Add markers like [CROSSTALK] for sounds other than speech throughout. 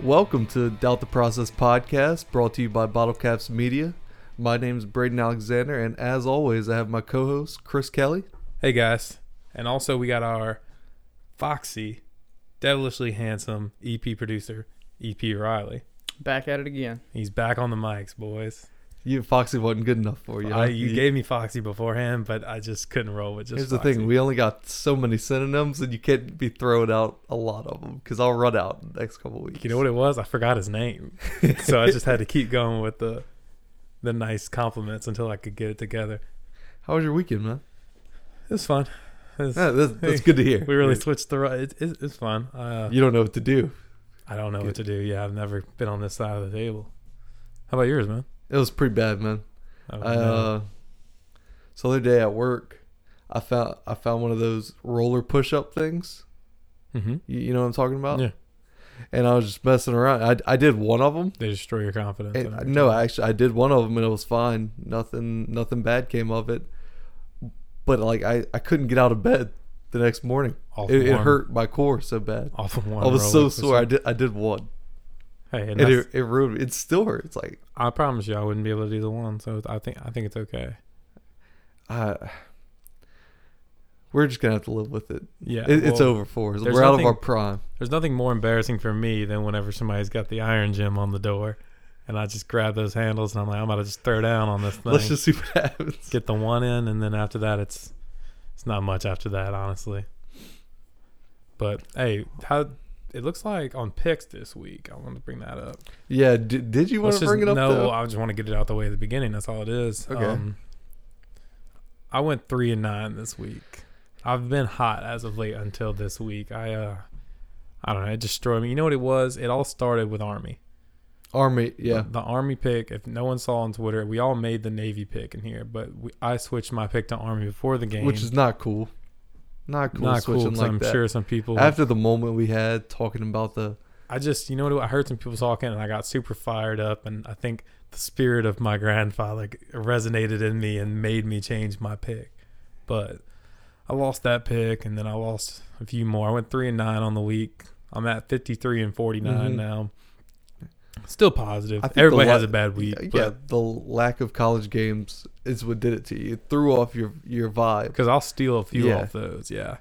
Welcome to Doubt the Process podcast, brought to you by Bottlecaps Media. My name's Braden Alexander, and as always, I have my co-host Chris Kelly. Hey guys, and also we got our foxy, devilishly handsome EP producer, EP Riley. Back at it again. He's back on the mics, boys. You Foxy wasn't good enough for you. huh? I, you gave me Foxy beforehand, but I just couldn't roll with just. Here's the Foxy. thing: we only got so many synonyms, and you can't be throwing out a lot of them because I'll run out in the next couple weeks. you know what it was? I forgot [LAUGHS] his name, so I just had to keep going with the the nice compliments until I could get it together. How was your weekend, man? It was fun. It was- Yeah, that's, that's good to hear. [LAUGHS] we really switched the. ri- It, it, it's fun. Uh, You don't know what to do. I don't know what to do. Yeah, I've never been on this side of the table. How about yours, man? It was pretty bad, man. I I, uh, so the other day at work, I found I found one of those roller push-up things. mm-hmm. You, you know what I'm talking about? Yeah. And I was just messing around. I, I did one of them. They destroy your confidence. And, and I- everything. uh, no, actually, I did one of them and it was fine. Nothing nothing bad came of it. But like I, I couldn't get out of bed the next morning. Off It, it one- hurt my core so bad. Off of one. I was so roller sore. I coaster. did I did one. Hey, and And that's- it, it ruined. It still hurts. Like I promise you, I wouldn't be able to do the one. So I think I think it's okay. I, we're just gonna have to live with it. Yeah, it it's well, over for us. We're there's out of our nothing- prime. There's nothing more embarrassing for me than whenever somebody's got the iron gym on the door, and I just grab those handles and I'm like, I'm about to just throw down on this thing. Let's just see what happens. get the one in, and then after that, it's it's not much after that, honestly. But hey, how it looks like on picks this week. I want to bring that up. Yeah. D- did you want Let's to just- bring it up? No, though? I just want to get it out the way at the beginning. That's all it is. Um, Okay. I went three and nine this week. I've been hot as of late until this week. I uh, I don't know. It destroyed me. You know what it was? It all started with Army. Army. Yeah. The, the Army pick. If no one saw on Twitter, we all made the Navy pick in here, but we, I switched my pick to Army before the game, which is not cool. Not cool not cool. switching because like I'm that. sure some people. After the moment we had talking about the I just, you know what? I heard some people talking, and I got super fired up, and I think the spirit of my grandfather resonated in me and made me change my pick. But I lost that pick, and then I lost a few more. I went three and nine on the week. I'm at 53 and 49 Mhm. now. Still positive. I think the Everybody has la- a bad week, yeah, yeah. the lack of college games is what did it to you. It threw off your your vibe. Because I'll steal a few Yeah. off those. Yeah.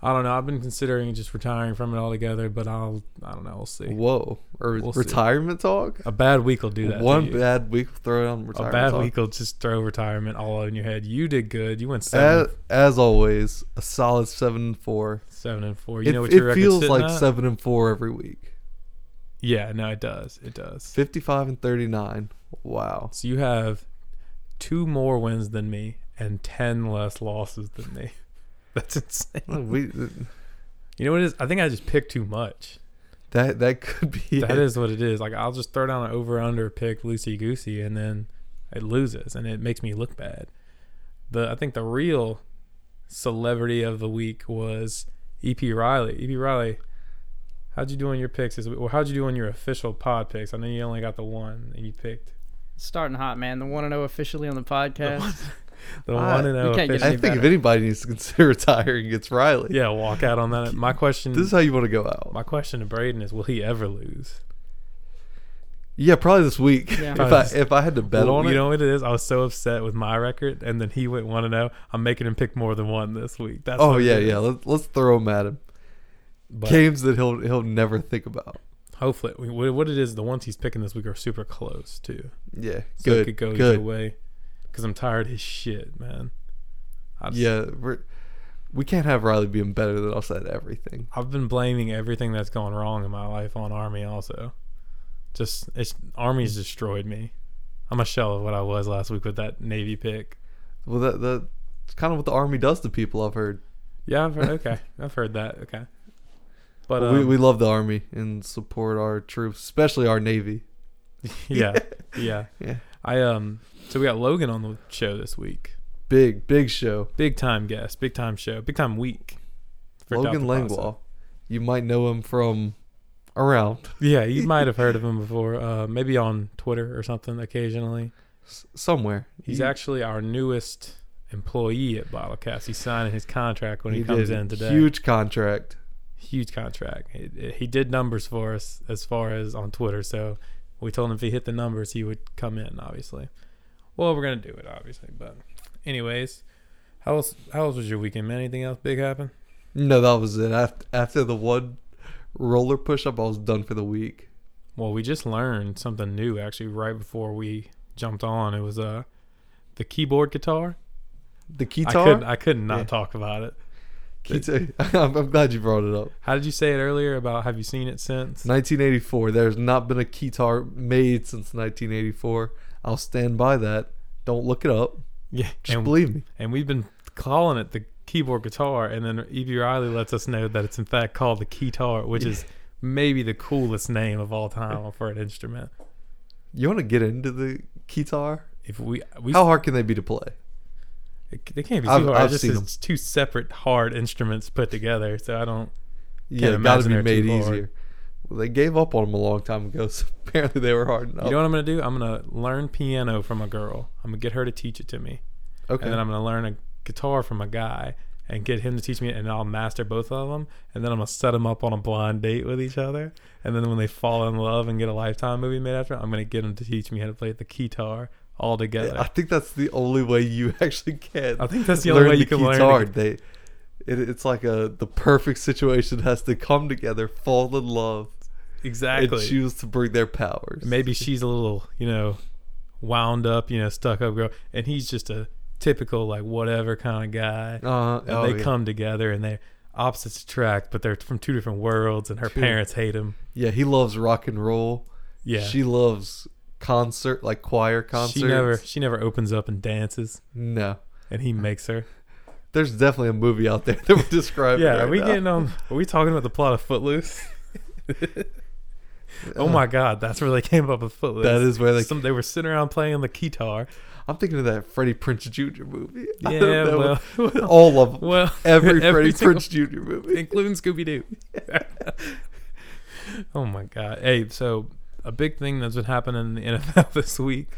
I don't know. I've been considering just retiring from it altogether, but I'll. I don't know. We'll see. Whoa, or We'll see. retirement talk. A bad week will do that. to One you. bad week throw down retirement. a bad talk. week will just throw retirement all in your head. You did good. You went Uh, seven, As, as always, a solid seven and four. seven and four. You it know what it your record's feels like at? seven and four every week. Yeah, no, it does. It does. Fifty five and thirty nine. [LAUGHS] Wow. So you have two more wins than me and ten less losses than me. [LAUGHS] That's insane. We You know what it is? I think I just picked too much. that that could [LAUGHS] be That it. is what it is. Like I'll just throw down an over under pick loosey goosey and then it loses and it makes me look bad. The I think the real celebrity of the week was EP Riley. EP Riley, how'd you do on your picks? This, well, how'd you do on your official pod picks? I know you only got the one and you picked Starting hot, man. The one and zero officially on the podcast. the I- one and we oh. Uh, can't get official- I any think if better. anybody needs to [LAUGHS] consider retiring, it's Riley. Yeah, walk out on that. My question. This is how you want to go out. my question to Braden is: Will he ever lose? Yeah, probably this week. [LAUGHS] Yeah. if Probably I this- if I had to bet Well, on you it, know what it is? I was so upset with my record, and then he went one and zero. I'm making him pick more than one this week. That's oh what it yeah, is. yeah. Let's, let's throw him at him. But Games that he'll he'll never think about. hopefully, we- what what it is, the ones he's picking this week are super close too. Yeah, So good, it could go either good. way. Because I'm tired of his shit, man. I just- Yeah, we're, we can't have Riley being better than us at everything. I've been blaming everything that's gone wrong in my life on Army. Also, just it's Army's destroyed me. I'm a shell of what I was last week with that Navy pick. Well, that that's kind of what the army does to people. I've heard. Yeah, I've [LAUGHS] heard, okay, I've heard that. Okay, but But um, we we love the army and support our troops, especially our navy. yeah, [LAUGHS] yeah, [LAUGHS] Yeah, I um, so we got Logan on the show this week. big big show. Big time guest, big time show, big time week. for Logan Dr. Pasa. Langwall, you might know him from around. Yeah, [LAUGHS] you might have heard of him before, uh, maybe on Twitter or something occasionally. S- somewhere. He's He- actually our newest employee at Bottlecast. He's signing his contract when he, did comes a in today. Huge contract. huge contract. He, he did numbers for us as far as on Twitter. So we told him if he hit the numbers, he would come in. Obviously, well, we're gonna do it, obviously. But anyways, how else? How else was your weekend, man? Anything else big happen? No, that was it. After, after the one roller push up, I was done for the week. Well, we just learned something new actually right before we jumped on. It was uh the keyboard guitar. The I couldn't guitar. I could not Yeah. talk about it. guitar [LAUGHS] I'm, I'm glad you brought it up. How did you say it earlier about have you seen it since? 1984. There's not been a guitar made since 1984. I'll stand by that. Don't look it up. Yeah. Just And, believe me. and we've been calling it the keyboard guitar and then E.B. Riley lets us know that it's in fact called the keytar, which is maybe the coolest name of [LAUGHS] all time for an instrument. You want to get into the guitar? If we we How hard can they be to play? it- they can't be too I've- hard. I've just seen it's 'em. two separate hard instruments put together, so I don't Yeah, Can't gotta imagine be they're made too hard. easier. Well, they gave up on them a long time ago, so [LAUGHS] apparently they were hard enough. You know what I'm gonna do? I'm gonna learn piano from a girl. I'm gonna get her to teach it to me, okay. and then I'm gonna learn a guitar from a guy and get him to teach me it, and I'll master both of them. And then I'm gonna set them up on a blind date with each other. And then when they fall in love and get a Lifetime movie made after, I'm gonna get them to teach me how to play the guitar all together. I think that's the only way you [LAUGHS] actually can. I think [LAUGHS] that's the only way you can learn. guitar. to- They, it, it's like a the perfect situation [LAUGHS] has to come together, fall in love, Exactly. and choose to bring their powers. Maybe she's a little, you know, wound up, you know, stuck up girl, and he's just a typical like whatever kind of guy. Uh, and oh, they yeah. come together and they're opposites attract, but they're from two different worlds, and her True. parents hate him. Yeah, he loves rock and roll. Yeah, She loves concert, like choir concerts. she never she never opens up and dances, No. and he makes her. There's definitely a movie out there [LAUGHS] that would describe yeah, it. are right we now. getting um? Are we talking about the plot [LAUGHS] of Footloose? oh my God, that's where they came up with Footloose. That is where they. Some, they were sitting around playing [LAUGHS] the guitar. I'm thinking of that Freddie Prince Jr. movie. [LAUGHS] I don't Yeah, know. well, well, all of them. [LAUGHS] [LAUGHS] well, Every, Freddie single- Prince Jr. movie. including Scooby Doo. [LAUGHS] oh my god! Hey, so a big thing that's been happening in the [LAUGHS] NFL this week.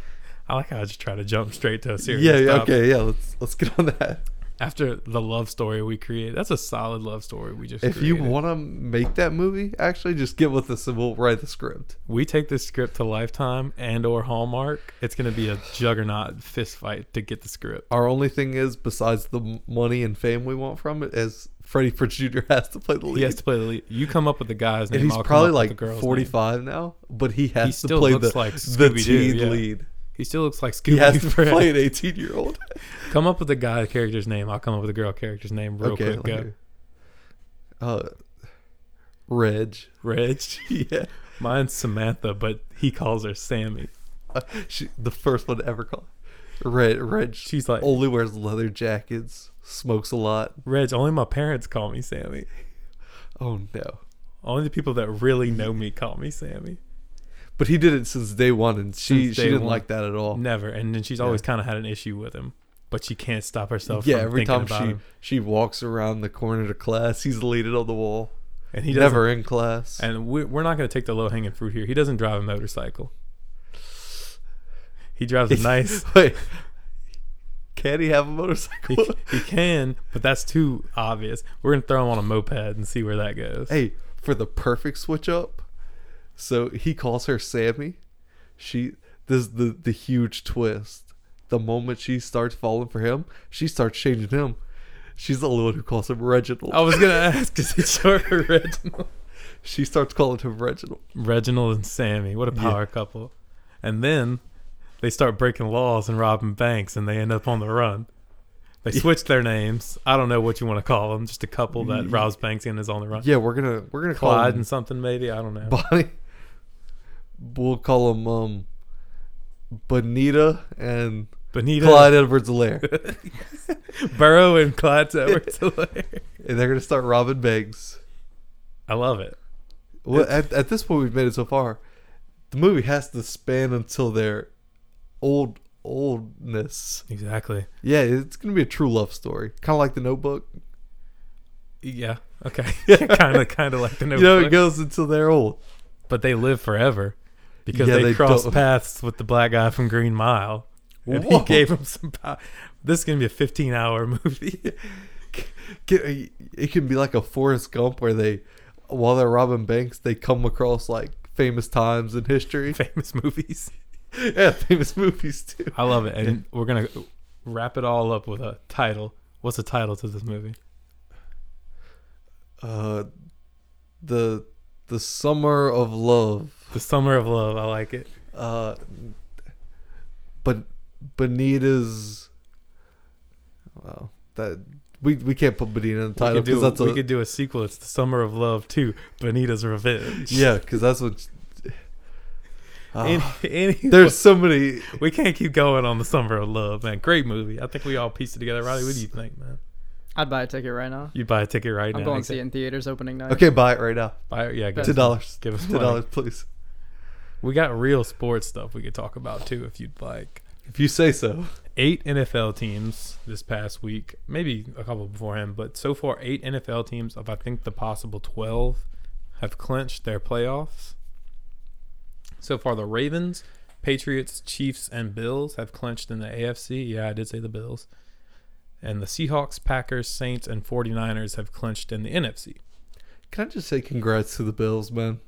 I like how I just try to jump straight to a serious. Yeah, yeah, topic. okay, yeah. Let's let's get on that. After the love story we created, that's a solid love story we just. If you created. want to make that movie, actually, just get with us and we'll write the script. we take this script to Lifetime and or Hallmark. It's going to be a juggernaut fist fight to get the script. Our only thing is, besides the m- money and fame we want from it, is Freddie Prince Jr. [LAUGHS] has to play the lead. He has to play the lead. You come up with the guy's name. and he's I'll come probably up with like the girl's 45 now, but he Name. He has to still play looks the, like the Scooby Doo. teen Yeah. lead. He still looks like [LAUGHS] He has Scooby to Doo. play an 18 year old. Come up with the guy character's name. I'll come up with the girl character's name [LAUGHS] real Okay. quick. Go. like, uh, Reg. [LAUGHS] Reg. [LAUGHS] Yeah. Mine's Samantha, but he calls her Sammy. Uh, she, the first one to ever call. Reg, Reg She's like, only wears leather jackets, smokes a lot. Reg, only my parents call me Sammy. Oh no. Only the people that really know me call me Sammy. But he did it since day one, and she, Since she day didn't one. like that at all. Never. And then she's always kind of had an issue with him, but she can't stop herself. yeah, from every time thinking about she him. she walks around the corner to class, he's leaning on the wall. and he He doesn't. never in class. And we- we're not going to take the low hanging fruit here. He doesn't drive a motorcycle. He drives a [LAUGHS] nice. Wait, can he have a motorcycle? [LAUGHS] He, he can, but that's too obvious. We're gonna throw him on a moped and see where that goes. hey, for the perfect switch up. So he calls her Sammy. She this is the the huge twist. The moment she starts falling for him, she starts changing him. She's the only one who calls him Reginald. I was gonna ask, is it short [LAUGHS] for Reginald? She starts calling him Reginald. Reginald and Sammy, what a Yeah. power couple! And then they start breaking laws and robbing banks, and they end up on the run. They Yeah. switch their names. I don't know what you want to call them. Just a couple that robs banks and is on the run. Yeah, we're gonna we're gonna call Clyde him and something maybe. I don't know. Bonnie. We'll call him um Bonita and Benita Clyde Edwards Alaire. [LAUGHS] Burrow [LAUGHS] and Clyde Edwards-Helaire. and they're gonna start robbing banks. [LAUGHS] I love it. Well, at, at this point, we've made it so far. The movie has to span until their old oldness. Exactly. Yeah, it's gonna be a true love story, kind of like The Notebook. Yeah. Okay. [LAUGHS] [LAUGHS] kind of, kind of like the You know, Notebook. it goes until they're old. but they live forever because Yeah, they, they crossed don't. paths with the black guy from Green Mile, and Whoa. he gave him some power. This is gonna be a 15-hour [LAUGHS] movie. Get, it can be like a Forrest Gump where they, while they're robbing banks, they come across like famous times in [LAUGHS] history. [LAUGHS] Famous movies. yeah, famous movies too. I love it. And we're going to wrap it all up with a title. What's the title to this movie? Uh, the the summer of love. The Summer of Love. I like it. Uh, but Benita's. Well, that we we can't put Benita in the We title could, do, because that's we a [LAUGHS] could do a sequel. It's The Summer of Love 2, Bonita's Revenge. yeah because that's what. Ah, [LAUGHS] Any, any- there's so many we can't keep going on The Summer of Love, man. Great movie. I think we all pieced it together. Riley, what do you think, man? I'd buy a ticket right now. You buy a ticket right I'm now. going to exact- see it in theaters opening night. Okay, buy it right [LAUGHS] now. Buy, yeah, give Two us- dollars. Give us Two money. dollars, please. We got real sports stuff we could talk about too, if you'd like. If you say so. Eight NFL teams this past week, maybe a couple beforehand, but so far eight NFL teams of I think the possible twelve have clinched their playoffs. So far, the Ravens, Patriots, Chiefs, and Bills have clinched in the AFC. Yeah, I did say the Bills. And the Seahawks, Packers, Saints, and 49ers have clinched in the NFC. Can I just say congrats to the Bills, man?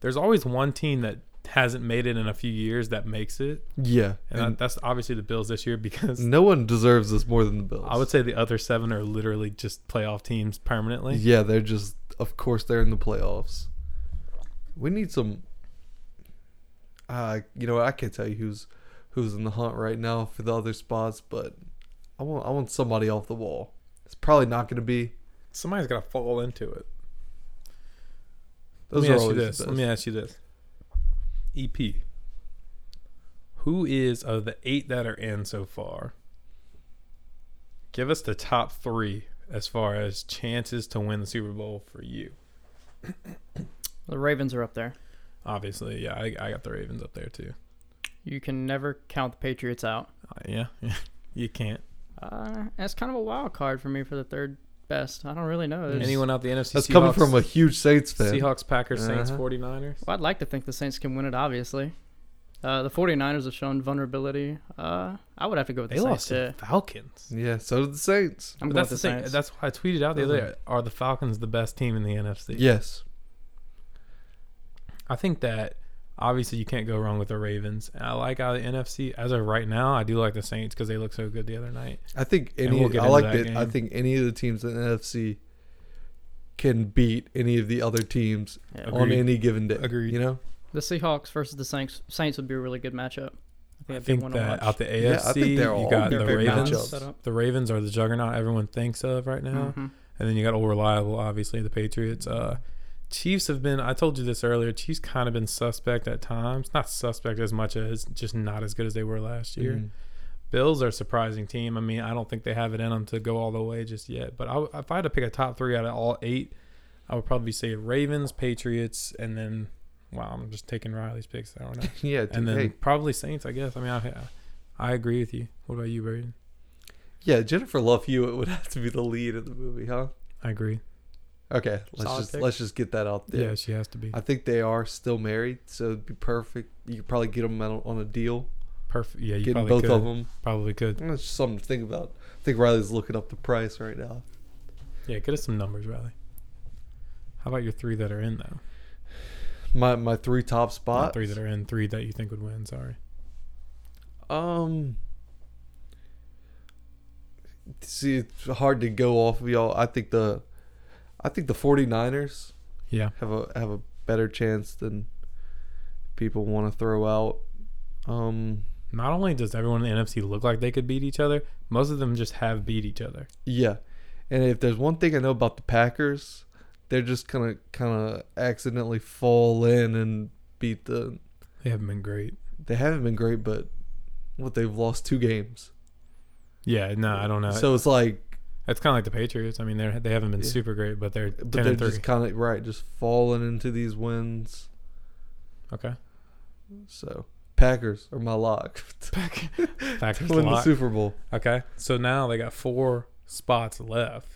There's always one team that hasn't made it in a few years that makes it. Yeah. And, that- that's obviously the Bills this year because no one deserves this more than the Bills. I would say the other seven are literally just playoff teams permanently. Yeah, they're just of course they're in the playoffs. We need some uh you know, I can't tell you who's who's in the hunt right now for the other spots, but I want I want somebody off the wall. It's probably not gonna be Somebody's got to fall into it. those Let me are ask you always the this. Let me best. ask you this. EP. Who is of the eight that are in so far? Give us the top three as far as chances to win the Super Bowl for you. The Ravens are up there. Obviously, yeah, I, I got the Ravens up there too. You can never count the Patriots out. Uh, yeah, [LAUGHS] you can't. Uh, that's kind of a wild card for me for the third best. I don't really know. There's- Anyone out the NFC? That's coming Seahawks- from a huge Saints fan. Seahawks, Packers, Saints, Uh-huh. 49ers. Well, I'd like to think the Saints can win it, obviously. Uh, the 49ers have shown vulnerability. Uh, I would have to go with the They Saints. lost to the too. Falcons. Yeah, so did the Saints. I'm But going that's the, with the thing. Saints. That's why I tweeted out the other Uh-huh. day. Are the Falcons the best team in the NFC? Yes. I think that obviously you can't go wrong with the Ravens. And I like how the NFC as of right now. I do like the Saints because they look so good the other night. I think And any. we'll get I into like that that. I game. think any of the teams in the NFC can beat any of the other teams Yeah. on Agreed. any given day. Agreed. You know, The Seahawks versus the Saints Saints would be a really good matchup. I that'd be think one to that watch. out the AFC, Yeah, I think they're you all got good the big Ravens. matchups. Set up. The Ravens are the juggernaut everyone thinks of right now. Mhm. And then you got all reliable, obviously, the Patriots. Uh, Chiefs have been, I told you this earlier, Chiefs kind of been suspect at times. Not suspect as much as just not as good as they were last year. Mhm. Bills are a surprising team. I mean, I don't think they have it in them to go all the way just yet. But I, if I had to pick a top three out of all eight, I would probably say Ravens, Patriots, and then, wow, I'm just taking Riley's picks. [LAUGHS] I don't know. yeah. And dude, then hey, probably Saints, I guess. I mean, I, I agree with you. What about you, Braden? yeah, Jennifer Love Hewitt would [LAUGHS] have to be the lead in the movie, huh? I agree. Okay, let's Solid just pick. let's just get that out Yeah, there. she has to be I think they are still married, so it'd be perfect. You could probably get them on on a deal, perfect. Yeah, you getting probably both could. of them. Probably could. That's just something to think about. I think Riley's looking up the price right now. Yeah, get us some numbers, Riley. How about your three that are in though? My my three top Not spots. three that are in, three that you think would win. Sorry. Um. See, it's hard to go off of y'all. I think the, I think the 49ers Yeah, have a have a better chance than people want to throw out. Um. not only does everyone in the NFC look like they could beat each other, most of them just have beat each other. Yeah, and if there's one thing I know about the Packers, they're just gonna kind of accidentally fall in and beat the. They haven't been great. They haven't been great, but what they've lost two games. Yeah, no, I don't know. So So it's like that's kind of like the Patriots. I mean, they they haven't been Yeah. super great, but they're ten but they're and three. just kind of right, just falling into these wins. Okay, So Packers are my lock [LAUGHS] to Packers win the lock. Super Bowl. Okay, so now they got four spots left,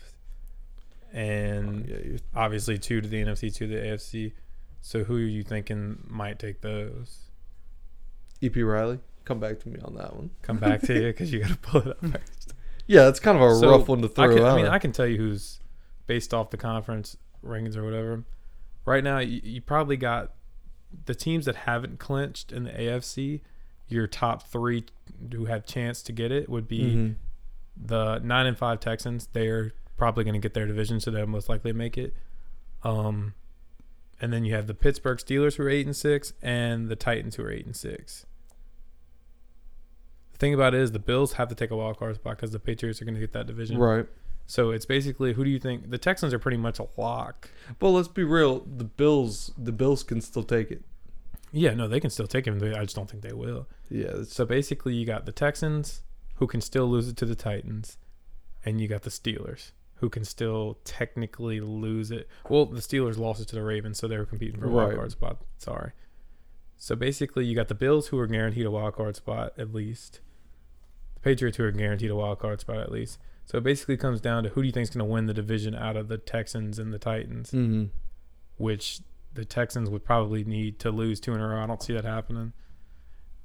Oh, and Yeah, you- obviously two to the NFC, two to the AFC. So who are you thinking might take those? EP E Riley, come back to me on that one. [LAUGHS] Come back to you because you got to pull it up. Yeah, it's kind of a So, rough one to throw I, can, out. I mean, I can tell you who's based off the conference rankings or whatever. Right now, you, you probably got the teams that haven't clinched in the AFC. Your top three who have chance to get it would be Mhm. the nine and five Texans. They're probably going to get their division, so they'll most likely make it. Um, and then you have the Pittsburgh Steelers who are eight and six, and the Titans who are eight and six. The thing about it is the Bills have to take a wild card spot because the Patriots are going to get that division. Right. So it's basically who do you think the Texans are pretty much a lock. But let's be real, the Bills the Bills can still take it. Yeah, no, they can still take him. They- I just don't think they will. Yeah, it's, So basically, you got the Texans who can still lose it to the Titans, and you got the Steelers who can still technically lose it. Well, the Steelers lost it to the Ravens, so they were competing for a wild Right. card spot. Sorry. So basically, you got the Bills who are guaranteed a wild card spot at least. The Patriots who are guaranteed a wild card spot at least. So it basically comes down to who do you think is going to win the division out of the Texans and the Titans? mhm. which the Texans would probably need to lose two in a row. I don't see that happening.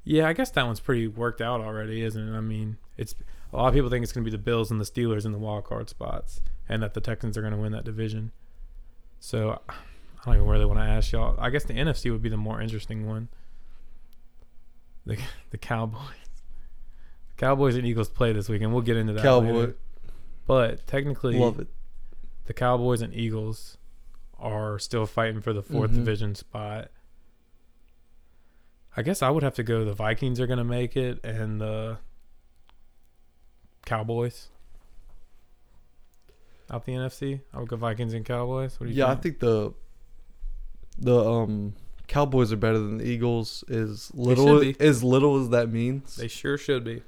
Yeah, I guess that one's pretty worked out already, isn't it? I mean, it's a lot of people think it's going to be the Bills and the Steelers in the wild card spots, and that the Texans are going to win that division. So I don't even really want to ask y'all. I guess the NFC would be the more interesting one. The [LAUGHS] the Cowboys, the Cowboys and Eagles play this weekend. We'll get into that. Cowboy later. but technically, love it. the Cowboys and Eagles are still fighting for the 4th Mhm. division spot. I guess I would have to go. The Vikings are going to make it, and the Cowboys out the NFC. I would go Vikings and Cowboys. What do you Yeah, I think think? the the um Cowboys are better than the Eagles as little should as little as that means. they sure should be.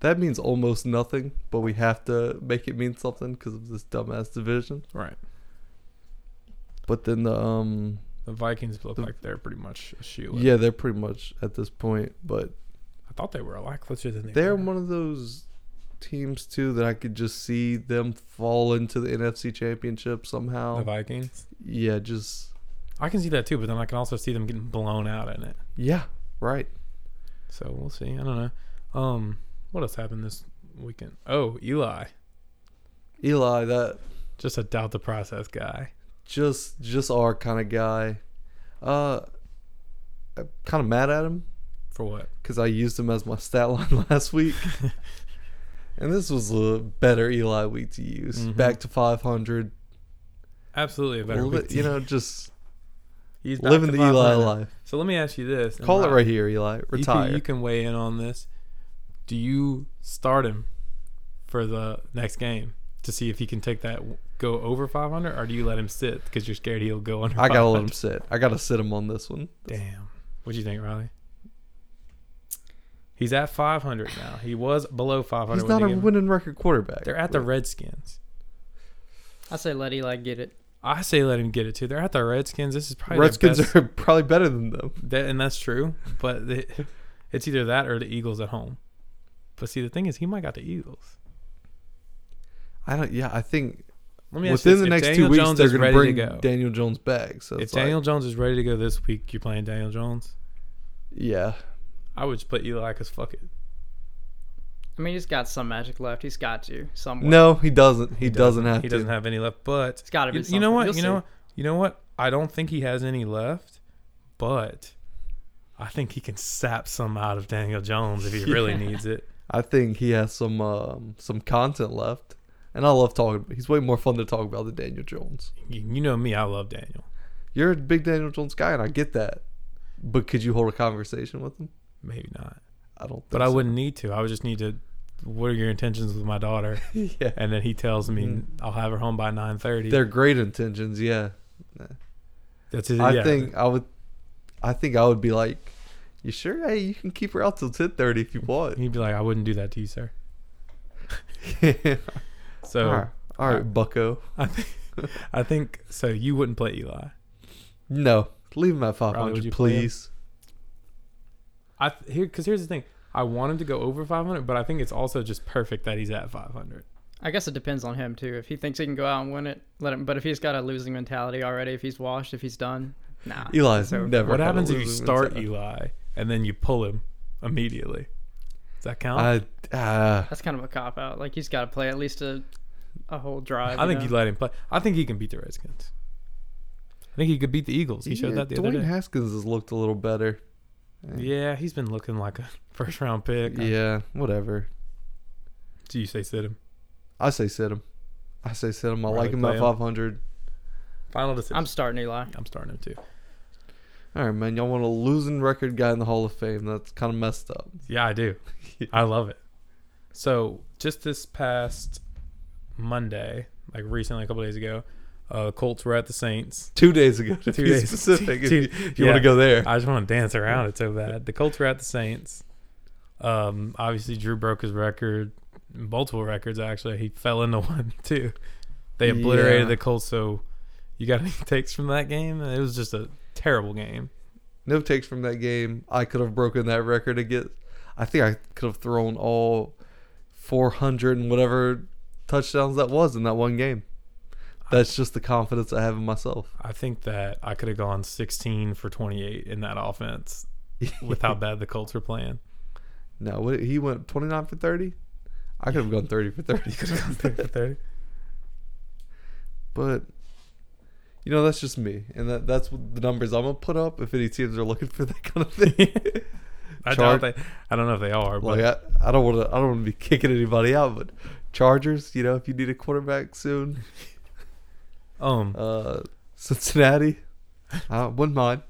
that means almost nothing, but we have to make it mean something because of this dumbass division. Right. But then the um The Vikings look The- like they're pretty much a shoe. yeah, they're pretty much at this point, but I thought they were a lot closer than they They're were. one of those teams too that I could just see them fall into the NFC Championship somehow. The Vikings. yeah, just I can see that too, but then I can also see them getting blown out in it. yeah, right. So we'll see. I don't know. Um, what else happened this weekend? Oh, Eli, Eli, that just a doubt the process guy. just just our kind of guy. Uh, I'm kind of mad at him For what? because I used him as my stat line [LAUGHS] last [LAUGHS] week, and this was a better Eli week to use. Mhm. Back to 500. Absolutely a better. Li- week you team. know, just [LAUGHS] he's back living to the Eli 500. life. So let me ask you this: Call it and right here, Eli. I- EP, Retire. you can weigh in on this. Do you start him for the next game to see if he can take that go over 500, or do you let him sit because you're scared he'll go under? I gotta let him 500? sit. I gotta sit him on this one. Damn. What do you think, Riley? He's at 500 now. He was below 500. He's when not they a gave him- winning record quarterback. They're at the Redskins. I say let Eli get it. I say let him get it too. They're at the Redskins. This is probably Redskins Redskins best, are [LAUGHS] probably better than them. that, and that's true. But the it's either that or the Eagles at home. But see, the thing is, he might got the Eagles. I don't. Yeah, I think Let me ask within you this. the If next Daniel two weeks Jones they're is gonna ready to bring go. Daniel Jones back. So If it's Daniel like, Jones is ready to go this week, you playing Daniel Jones? yeah, I would just play Eli because fuck it. I mean, he's got some magic left. He's got to somewhere. no, he doesn't. He, doesn't, have He to. doesn't have any left. But It's gotta be you, you know something. what? You'll you know see. what? You know what? I don't think he has any left. But I think he can sap some out of Daniel Jones if [LAUGHS] he really needs it. I think he has some um, some content left, and I love talking. He's way more fun to talk about than Daniel Jones. You you know me. I love Daniel. You're a big Daniel Jones guy, and I get that. But could you hold a conversation with him? Maybe not. I don't. Think But I so. wouldn't need to. I would just need to. What are your intentions with my [LAUGHS] daughter? yeah, And then he tells me Mm. I'll have her home by nine thirty. they're great intentions. Yeah. That's it. I yeah. think I would. I think I would be like, "You sure? Hey, you can keep her out till ten thirty if you [LAUGHS] want." [LAUGHS] he'd be like, I wouldn't do that to you, sir. So all right, all right, uh, Bucko. [LAUGHS] I think I think so. You wouldn't play Eli. No, leave him at five Riley, would you hundred, play him? please. I th- here because here's the thing. I want him to go over five hundred, but I think it's also just perfect that he's at five hundred. I guess it depends on him too. If he thinks he can go out and win it, let him. But if he's got a losing mentality already, if he's washed, if he's done, nah. Eli's [LAUGHS] So- never. What had a happens if you losing start mentality. Eli and then you pull him immediately? that count? I, I uh, That's kind of a cop out. Like he's got to play at least a a whole drive. think you you know? let him play. I think he can beat the Redskins. I think he could beat the Eagles. He showed yeah, that the Dwayne other day. Haskins has looked a little better. yeah, he's been looking like a [LAUGHS] first round pick. Yeah, whatever. Do you say sit him? I say sit him. I say sit him. I Rather like him play at him. 500. Final decision. I'm starting Eli. I'm starting him too. All right, man. Y'all want a losing record guy in the Hall of Fame? That's kind of messed up. Yeah, I do. I love it. So just this past Monday, like recently, a couple days ago, uh, Colts were at the Saints. Two days ago. To [LAUGHS] Two be days. specific. if Two- you you yeah. want to go there? I just want to dance around it so bad. The Colts were at the Saints. Um, obviously, Drew broke his record, multiple records actually. He fell into [LAUGHS] one too. They obliterated Yeah. the Colts. So you got any [LAUGHS] takes from that game? It was just a terrible game. No takes from that game. I could have broken that record again. I think I could have thrown all 400 and whatever touchdowns that was in that one game. That's just the confidence I have in myself. I think that I could have gone 16 for 28 in [LAUGHS] that offense with how bad the Colts were playing. No, what, he went 29 for 30. I could have gone 30 for 30. But you know, that's just me, and that that's what the numbers I'm gonna put up if any teams are looking for that kind of thing. I Char- doubt they. I don't know if they are, but like I, I don't want to, I don't want to be kicking anybody out, but Chargers, you know, if you need a quarterback soon, um, uh, Cincinnati, I wouldn't mind.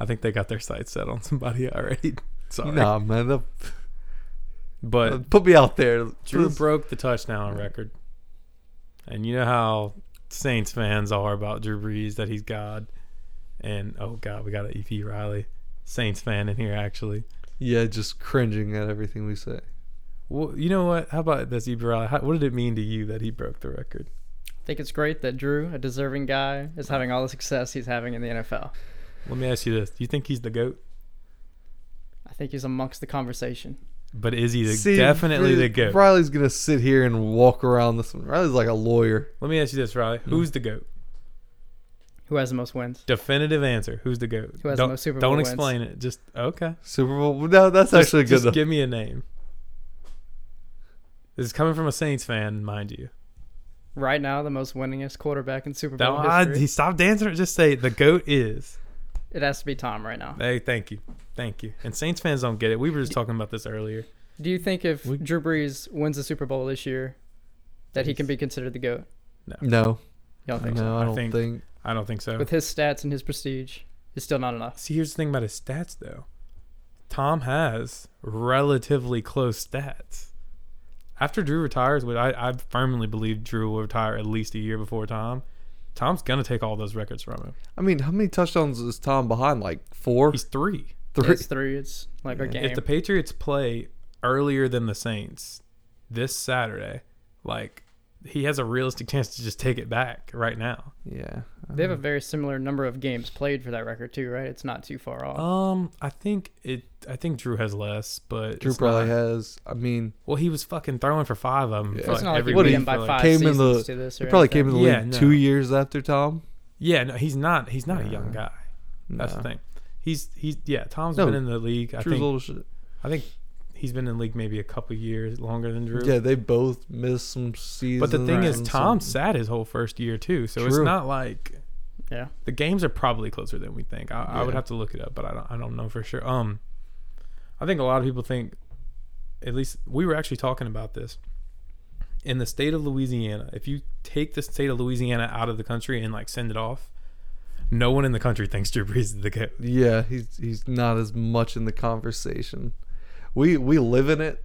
I think they got their sights set on somebody [LAUGHS] already. Sorry, Nah, man, that, but put me out there. Drew Please. broke the touchdown record, and you know how Saints fans are about Drew Brees that he's God, and oh God, we got an EP Riley Saints fan in here actually. yeah, just cringing at everything we say. Well, you know what? How about this EP Riley? How, what did it mean to you that he broke the record? I think it's great that Drew, a deserving guy, is having all the success he's having in the NFL. Let me ask you this: Do you think he's the goat? I think he's amongst the conversation. But is he the, See, definitely Ri- the goat? Riley's gonna sit here and walk around this one. Riley's like a lawyer. Let me ask you this, Riley: Who's the goat? Who has the most wins? Definitive answer. Who's the goat? Who has the don't most Super Bowl don't wins? explain it. Just okay. Super Bowl. No, that's Just- actually good. Just though. give me a name. This is coming from a Saints fan, mind you. Right now, the most winningest quarterback in Super That Bowl one, history. he stopped dancing. Or just say the goat is. It has to be Tom right now. Hey, thank you, thank you. And Saints fans don't get it. We were just talking about this earlier. Do you think if We- Drew Brees wins the Super Bowl this year, that he can be considered the goat? no, Y'all think so? no, I I don't think- think I don't think so. With his stats and his prestige, it's still not enough. See, here's the thing about his stats though. Tom has relatively close stats. After Drew retires, which I, I firmly believe Drew will retire at least a year before Tom. Tom's gonna take all those records from him. I mean, how many touchdowns is Tom behind? Like four, He's three. three. It's three. It's like a game. If the Patriots play earlier than the Saints this Saturday, like he has a realistic chance to just take it back right now. Yeah, They have a very similar number of games played for that record too, right? It's not too far Oh, off. Um, I think it. I think Drew has less, but Drew it's probably not- has. I mean, Well, he was fucking throwing for five of them. Yeah. for So it's like not like every we what beat he week him by for, like- five came in seasons the- to this. he Or probably came in anything. the league Yeah, no. two years after Tom. Yeah, no, he's not. He's not a young guy. That's Nah. the thing. He's he's yeah. Tom's No, been in the league. I Drew's think a little shit. I think he's been in the league maybe a couple years longer than Drew. Yeah, they both missed some seasons. but the thing is, and Tom some- sat his whole first year too, so it's True. not like Yeah. the games are probably closer than we think. I, I would Yeah. have to look it up, but I don't I don't know for sure. Um, I think a lot of people think, at least we were actually talking about this. In the state of Louisiana, if you take the state of Louisiana out of the country and like send it off, no one in the country thinks Drew Brees is the goat. Yeah, he's he's not as much in the conversation. We we live in it,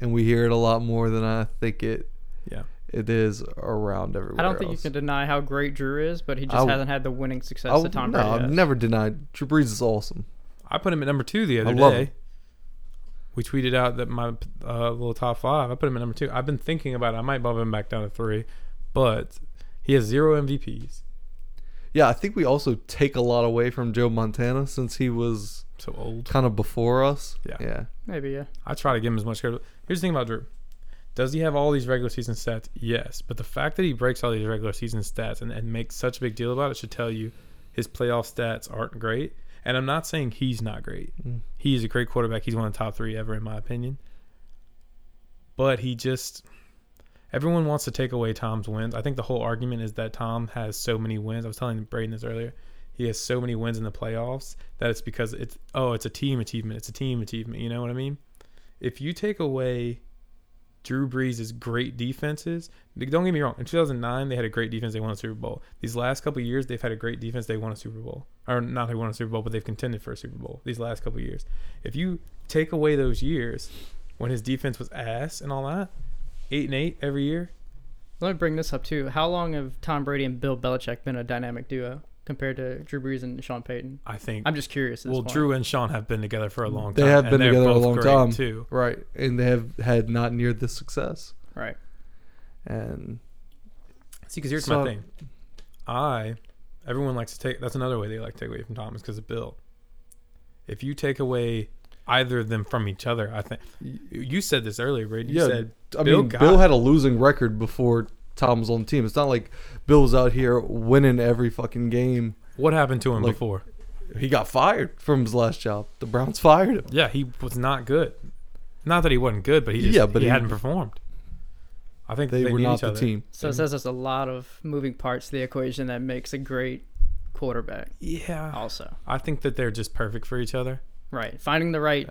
and we hear it a lot more than I think it Yeah. it is around everywhere. I don't think you else. can deny how great Drew is, but he I just w- hasn't had the winning success I, that Tom no, Brady I've has. never denied. Drew Brees is awesome. I put him at number two the other I love day. him. We tweeted out that my uh, little top five. I put him at number two. I've been thinking about it. I might bump him back down to three, but he has zero MVPs. Yeah, I think we also take a lot away from Joe Montana since he was So old. kind of before us. Yeah. Yeah. Maybe yeah. I try to give him as much credit. Here's the thing about Drew. Does he have all these regular season stats? Yes, but the fact that he breaks all these regular season stats and, and makes such a big deal about it should tell you his playoff stats aren't great. And I'm not saying he's not great. He's a great quarterback. He's one of the top three ever, in my opinion. but he just everyone wants to take away Tom's wins. I think the whole argument is that Tom has so many wins. I was telling Braden this earlier. He has so many wins in the playoffs that it's because it's oh, it's a team achievement. It's a team achievement. You know what I mean? If you take away Drew Brees' great defenses, don't get me wrong. In 2009, they had a great defense. They won a Super Bowl. These last couple of years, they've had a great defense. They won a Super Bowl, or not they won a Super Bowl, but they've contended for a Super Bowl. These last couple of years, if you take away those years when his defense was ass and all that, eight and eight every year. Let me bring this up too. How long have Tom Brady and Bill Belichick been a dynamic duo compared to Drew Brees and Sean Payton? I think. I'm just curious. at this well, point. Drew and Sean have been together for a long They time. have and been they're together a both long great, time. too. Right. And they have had not near this success. Right. And See, because here's So- my thing. I, everyone likes to take. That's another way they like to take away from Tom is because of Bill. If you take away either of them from each other, I think you said this earlier, Brady. You yeah, said I Bill mean, got- Bill had a losing record before Tom was on the team. It's not like Bill was out here winning every fucking game. what happened to him Like- before. He got fired from his last job. The Browns fired him. Yeah, he was not good. Not that he wasn't good, but he just Yeah, but he, he- hadn't performed. I think They, were need not each the other. team. So it says there's a lot of moving parts to the equation that makes a great [SIGHS] quarterback. Yeah, Also, I think that they're just perfect for each other. right, finding the right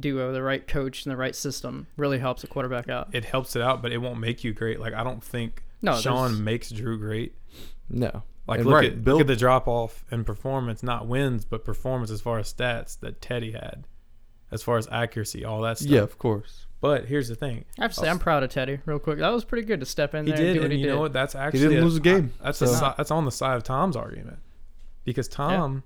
duo, the right coach, and the right system really helps a quarterback out. It helps it out, but it won't make you great. Like I don't think No, there's- Sean makes Drew great. No. Like And look, right, at, Bill- look at the drop off in performance, not wins, but performance as far as stats that Teddy had, as far as accuracy, all that stuff. Yeah, of course. But here's the thing, I have to say, I'm proud of Teddy. Real quick, that was pretty good to step in he there and did, do what and he you did. know what? That's actually didn't lose a game, That's so- a, si- that's on the side of Tom's argument, because Tom,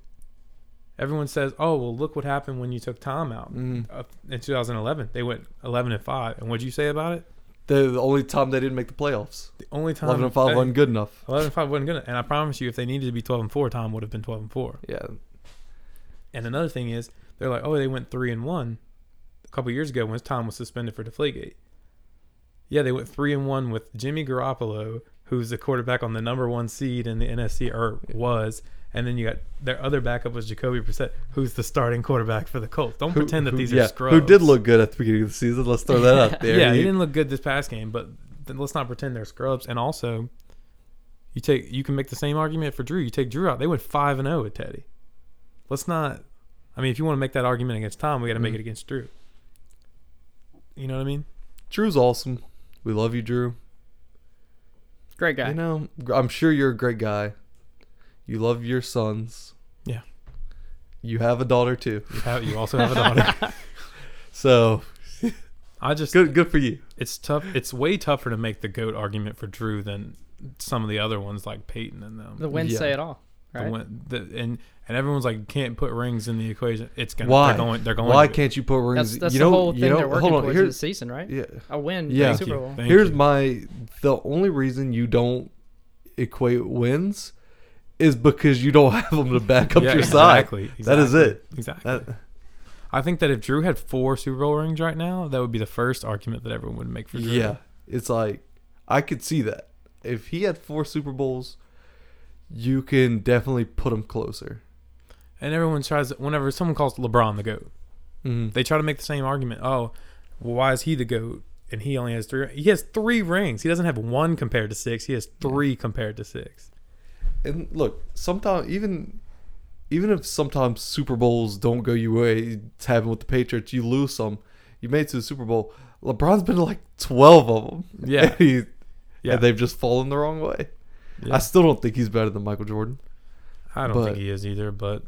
everyone says, oh well, look what happened when you took Tom out Mm. uh, in 2011. They went 11 and five, and what'd you say about it? The, the only time they didn't make the playoffs. The only time Eleven and five Um, hey, wasn't good enough. 11 and 5 wasn't good. And I promise you, if they needed to be 12 and 4, Tom would have been 12 and 4. Yeah. And another thing is, they're like, oh, they went 3 and 1 a couple years ago when Tom was suspended for Deflategate. Yeah, they went 3 and 1 with Jimmy Garoppolo, who's the quarterback on the number one seed in the NFC, or was. And then you got their other backup was Jacoby Brissett, who's the starting quarterback for the Colts. Don't pretend that who, these yeah, are scrubs. Who did look good at the beginning of the season? Let's throw that [LAUGHS] out there. yeah, he He- didn't look good this past game, but th- let's not pretend they're scrubs. And also, you take you can make the same argument for Drew. You take Drew out, they went five and zero with Teddy. Let's not. I mean, if you want to make that argument against Tom, we got to make Mhm. it against Drew. You know what I mean? Drew's awesome. We love you, Drew. Great guy. You know, I'm sure you're a great guy. You love your sons. Yeah. You have a daughter too. You, have, you also have [LAUGHS] a daughter. So I just good good for you. it's tough. It's way tougher to make the goat argument for Drew than some of the other ones like Peyton and them. the wins Yeah. say it all. The Right. win- the- and and everyone's like can't put rings in the equation. It's gonna Why? they're going they're going Why to. can't you put rings? That's, that's you the know, whole thing you know, they're working hold on. towards Here- this season, right? yeah. A win, Yeah. yeah. Thank Super Bowl. Thank Here's you. my the only reason you don't equate wins is because you don't [LAUGHS] have them to back up Yeah, your exactly, side. That is exactly, it. Exactly. That- I think that if Drew had four Super Bowl rings right now, that would be the first argument that everyone would make for Drew. yeah, it's like I could see that if he had four Super Bowls, you can definitely put him closer. And everyone tries whenever someone calls LeBron the GOAT, Mm. they try to make the same argument. Oh, well, why is he the GOAT? And he only has three he has three rings. He doesn't have one compared to six. He has three compared to six. And look, sometimes even even if sometimes Super Bowls don't go your way, it's happened with the Patriots. You lose some, you made it to the Super Bowl. LeBron's been to like twelve of them. Yeah. and [LAUGHS] he, Yeah. and they've just fallen the wrong way. Yeah. I still don't think he's better than Michael Jordan. I don't but- think he is either, but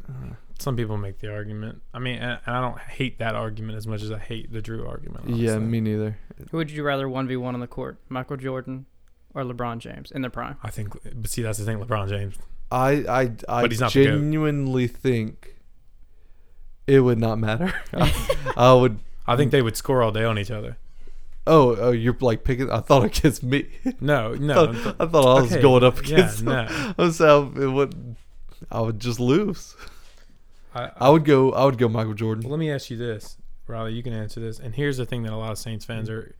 some people make the argument. I mean, and, and I don't hate that argument as much as I hate the Drew argument. Yeah, honestly. me neither. Who would you rather one v one on the court, Michael Jordan or LeBron James in their prime? I think but see that's the thing LeBron James. I I, I But he's not the goat. genuinely think it would not matter. [LAUGHS] I would. I think they would score all day on each other. Oh, oh, you're like picking. I thought against me. [LAUGHS] No, no. I thought I was Okay, Oh, going up [LAUGHS] yeah, against. no. I'm so um, it would. I would just lose. I, I would go. I would go Michael Uh, Well, Jordan. let me ask you this, Riley. You can answer this. And here's the thing that a lot of Saints fans are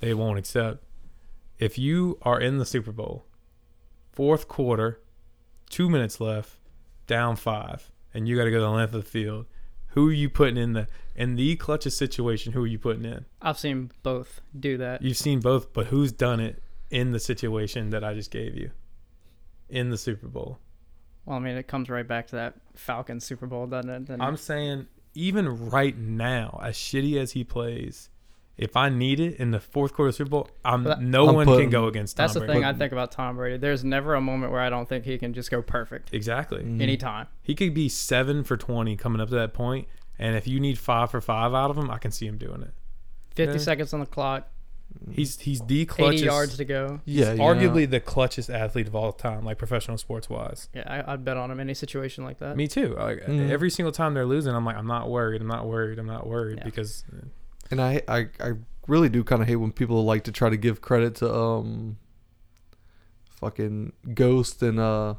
they won't accept. If you are in the Super Bowl, fourth quarter, two minutes left, down five, and you got to go the length of the field, Who are you putting in the in the clutchest situation? Who are you putting in? I've seen both do that. You've seen both, but who's done it in the situation that I just gave you in the Super Bowl? Well, I mean, it comes right back to that Falcons Super Bowl, doesn't it? Then I'm saying even right now, as shitty as he plays, if I need it in the fourth quarter Super Bowl, I'm But that- no I'm one putting- can go against. Tom that's the Brady. thing I think about Tom Brady. There's never a moment where I don't think he can just go perfect Exactly. Mm. anytime. He could be seven for twenty coming up to that point, and if you need five for five out of him, I can see him doing it. 50 Yeah. seconds on the clock, He's he's the 80 clutchest, yards to go. Mm. Yeah, you know. arguably the clutchest athlete of all time, like professional sports wise. Yeah, I, I'd bet on him any situation like that. Me too. Like Mhm. every single time they're losing, I'm like, I'm not worried. I'm not worried. I'm not worried Yeah. because And I, I, I really do kind of hate when people like to try to give credit to um, fucking Ghost and uh,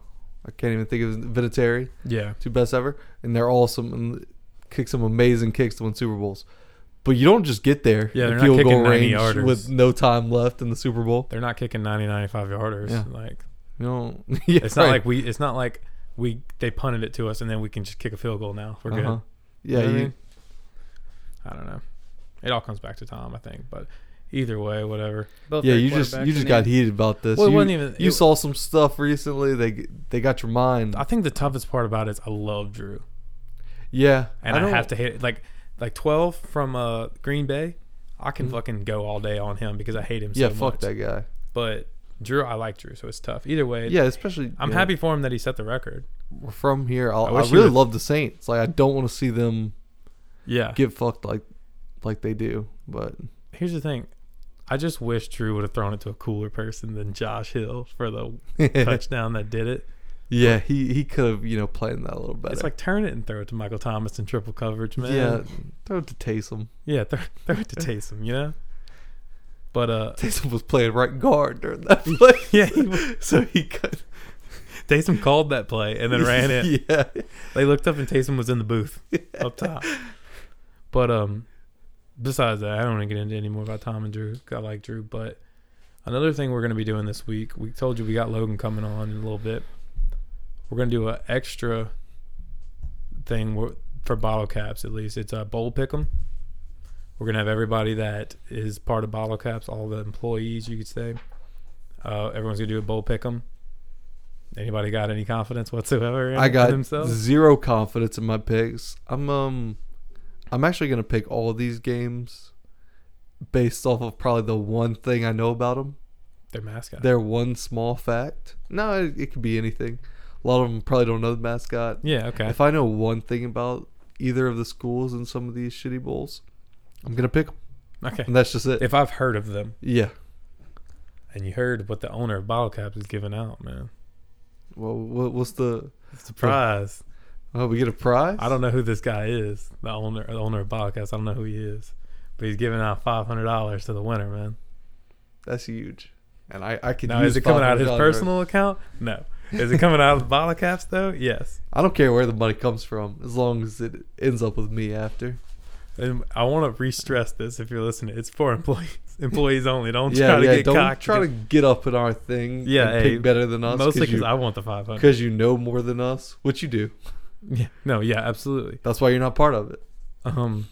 I can't even think of his, Vinatieri, yeah, two best ever, and they're awesome and kick some amazing kicks to win Super Bowls. But you don't just get there Yeah, in they're not kicking 90 yarders. with no time left in the Super Bowl. they're not kicking 90, 95 yarders. Yeah. Like You don't. [LAUGHS] yeah, it's right. not like we. It's not like we. They punted it to us, and then we can just kick a field goal. Now we're Uh-huh. good. Yeah, You know what I you- mean? I don't know. It all comes back to Tom, I think. But either way, whatever. Both yeah. their You just quarterbacks you in just the got end. heated about this. Well, it you wasn't even. you it- saw some stuff recently. They they got your mind. I think the toughest part about it is I love Drew, yeah, and I, don't- have to hate it. like like twelve from uh, Green Bay. I can fucking go all day on him because I hate him. Mm-hmm. Yeah, so fuck much. that guy. But Drew, I like Drew, so it's tough. Either way, Yeah, especially. I'm you know, happy for him that he set the record. we're from here. I'll, I I, wish he really would- love the Saints. Like I don't want to see them Yeah. get fucked like like they do. But Here's the thing. I just wish Drew would have thrown it to a cooler person than Josh Hill for the touchdown that did it. yeah, he he could have you know played that a little better. It's like turn it and throw it to Michael Thomas in triple coverage, man. yeah, throw it to Taysom. Yeah, throw, throw it to [LAUGHS] Taysom, you know? But uh Taysom was playing right guard during [LAUGHS] that play. yeah, he, so he could. Taysom called that play and then ran it. [LAUGHS] Yeah, They looked up and Taysom was in [LAUGHS] the booth up top. But um, besides that, I don't want to get into any more about Tom and Drew. 'cause I like Drew, but another thing we're going to be doing this week, we told you we got Logan coming on in a little bit. We're going to do a extra thing wh- for bottle caps. At least it's a bowl pick'em. We're going to have everybody that is part of bottle caps, all the employees, you could say. Uh, everyone's going to do a bowl pick'em. Anybody got any confidence whatsoever? In I got themselves. zero confidence in my picks. I'm um, I'm actually gonna pick all these games based off of probably the one thing I know about them. their mascot. their one small fact. No, it, it could be anything. A lot of them probably don't know the mascot. yeah, okay. If I know one thing about either of the schools in some of these shitty bowls, I'm gonna pick 'em. Okay. and that's just it. If I've heard of them, yeah. and you heard what the owner of Bottle Caps is giving out, man, Well, what, what's the? surprise! Oh, we get a prize. I don't know who this guy is. The owner, the owner of Bottle Caps. I don't know who he is, but he's giving out five hundred dollars to the winner, man. That's huge. And I, I could. Now, use is it coming out of his $500 personal account? No. Is it coming out of Bottle Caps though? Yes. I don't care where the money comes from, as long as it ends up with me after. And I want to re-stress this. If you're listening, it's for employees. [LAUGHS] Employees only. Don't yeah, try to yeah. get don't cocky. try to get up in our thing. Yeah, and hey, pick better than us. mostly because because I want the five hundred. because you know more than us, which you do. Yeah. No. Yeah. Absolutely. That's why you're not part of it. Um,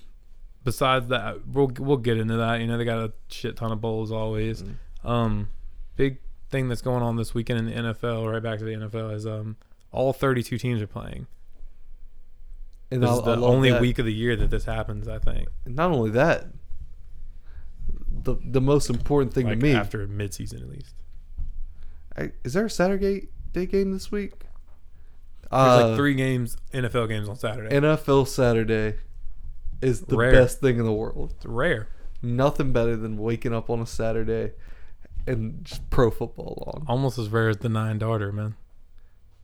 besides that, we'll we'll get into that. You know, they got a shit ton of bowls always. Mm. Um, big thing that's going on this weekend in the NFL. Right back to the NFL is um, all 32 teams are playing. And This I- is I the love only that. week of the year that this happens. I think. Not only that, the the most important thing Like to me after midseason at least. I, is there a Saturday day game this week? There's Uh, like three games, NFL games on Saturday. NFL Saturday is the Rare. best thing in the world. It's rare. Nothing better than waking up on a Saturday and just pro football on. Almost as rare as the nine darter, man. [LAUGHS]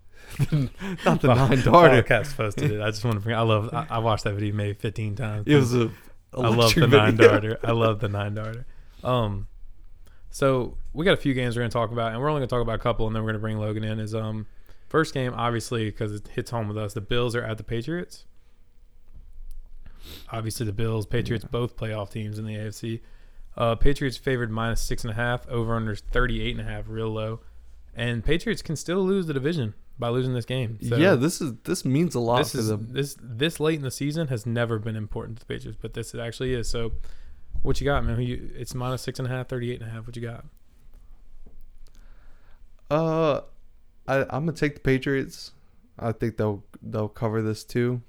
Not the nine darter. Podcast posted it. I just want to bring. I love. I, I watched that video maybe 15 times. It was a I love the electric nine video. darter. I love the nine darter. Um, so we got a few games we're gonna talk about, and we're only gonna talk about a couple, and then we're gonna bring Logan in. Is um, first game obviously because it hits home with us. The Bills are at the Patriots. Obviously, the Bills, Patriots, both playoff teams in the AFC. Uh, Patriots favored minus six and a half. Over under thirty eight and a half, real low. And Patriots can still lose the division. by losing this game. [LAUGHS] So yeah, this is this means a lot this to is them. this this late in the season has never been important to the Patriots, but this it actually is. So what you got, man? Who You, it's minus six and a half, 38 and a half. What you got? Uh, I I'm gonna take the Patriots. I think they'll they'll cover this too,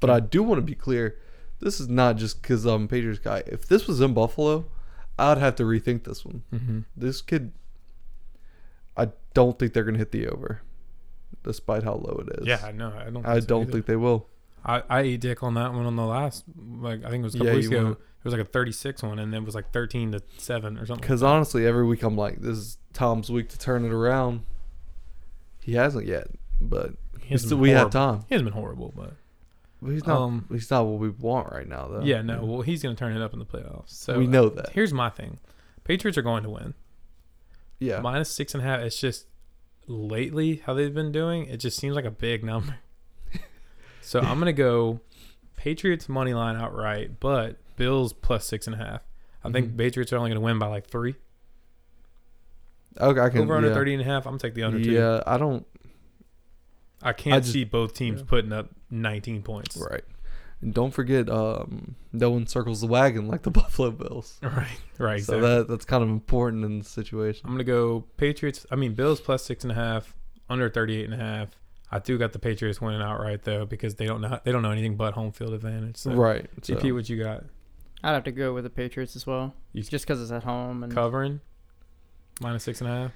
but I do want to be clear. This is not just because I'm a Patriots guy. If this was in Buffalo, I'd have to rethink this one. Mm-hmm. This could. I don't think they're gonna hit the over, despite how low it is. Yeah, no, I don't. I so don't either. think they will. I, I ate dick on that one on the last. Like I think it was a couple Yeah, weeks you ago. went. It was like a 36 one, and then it was like 13 to seven or something. Because honestly, every week I'm like, this is Tom's week to turn it around. He hasn't yet, but He we, hasn't still, been we have horrible. time. He hasn't been horrible, but But he's not. Um, he's not what we want right now, though. yeah, no. Well, he's gonna turn it up in the playoffs. So we uh, know that. Here's my thing: Patriots are going to win. Yeah, Minus six and a half. It's just lately how they've been doing. It just seems like a big number. [LAUGHS] so I'm gonna go Patriots money line outright, but Bills plus six and a half. I think Mhm. Patriots are only gonna win by like three. okay, I can. Over under yeah. 30 and a half. I'm gonna take the under two. Yeah, I don't. I can't just- see both teams yeah. putting up 19 points. Right. And don't forget, um, no one circles the wagon like the [LAUGHS] Buffalo Bills. [LAUGHS] Right. Right. So Exactly. that that's kind of important in the situation. I'm going to go Patriots. I mean, Bills plus six and a half, under 38 and a half. I do got the Patriots winning outright, though, because they don't know they don't know anything but home field advantage. So. right. So. GP, what you got? I'd have to go with the Patriots as well, You- just because it's at home and Covering? Minus six and a half?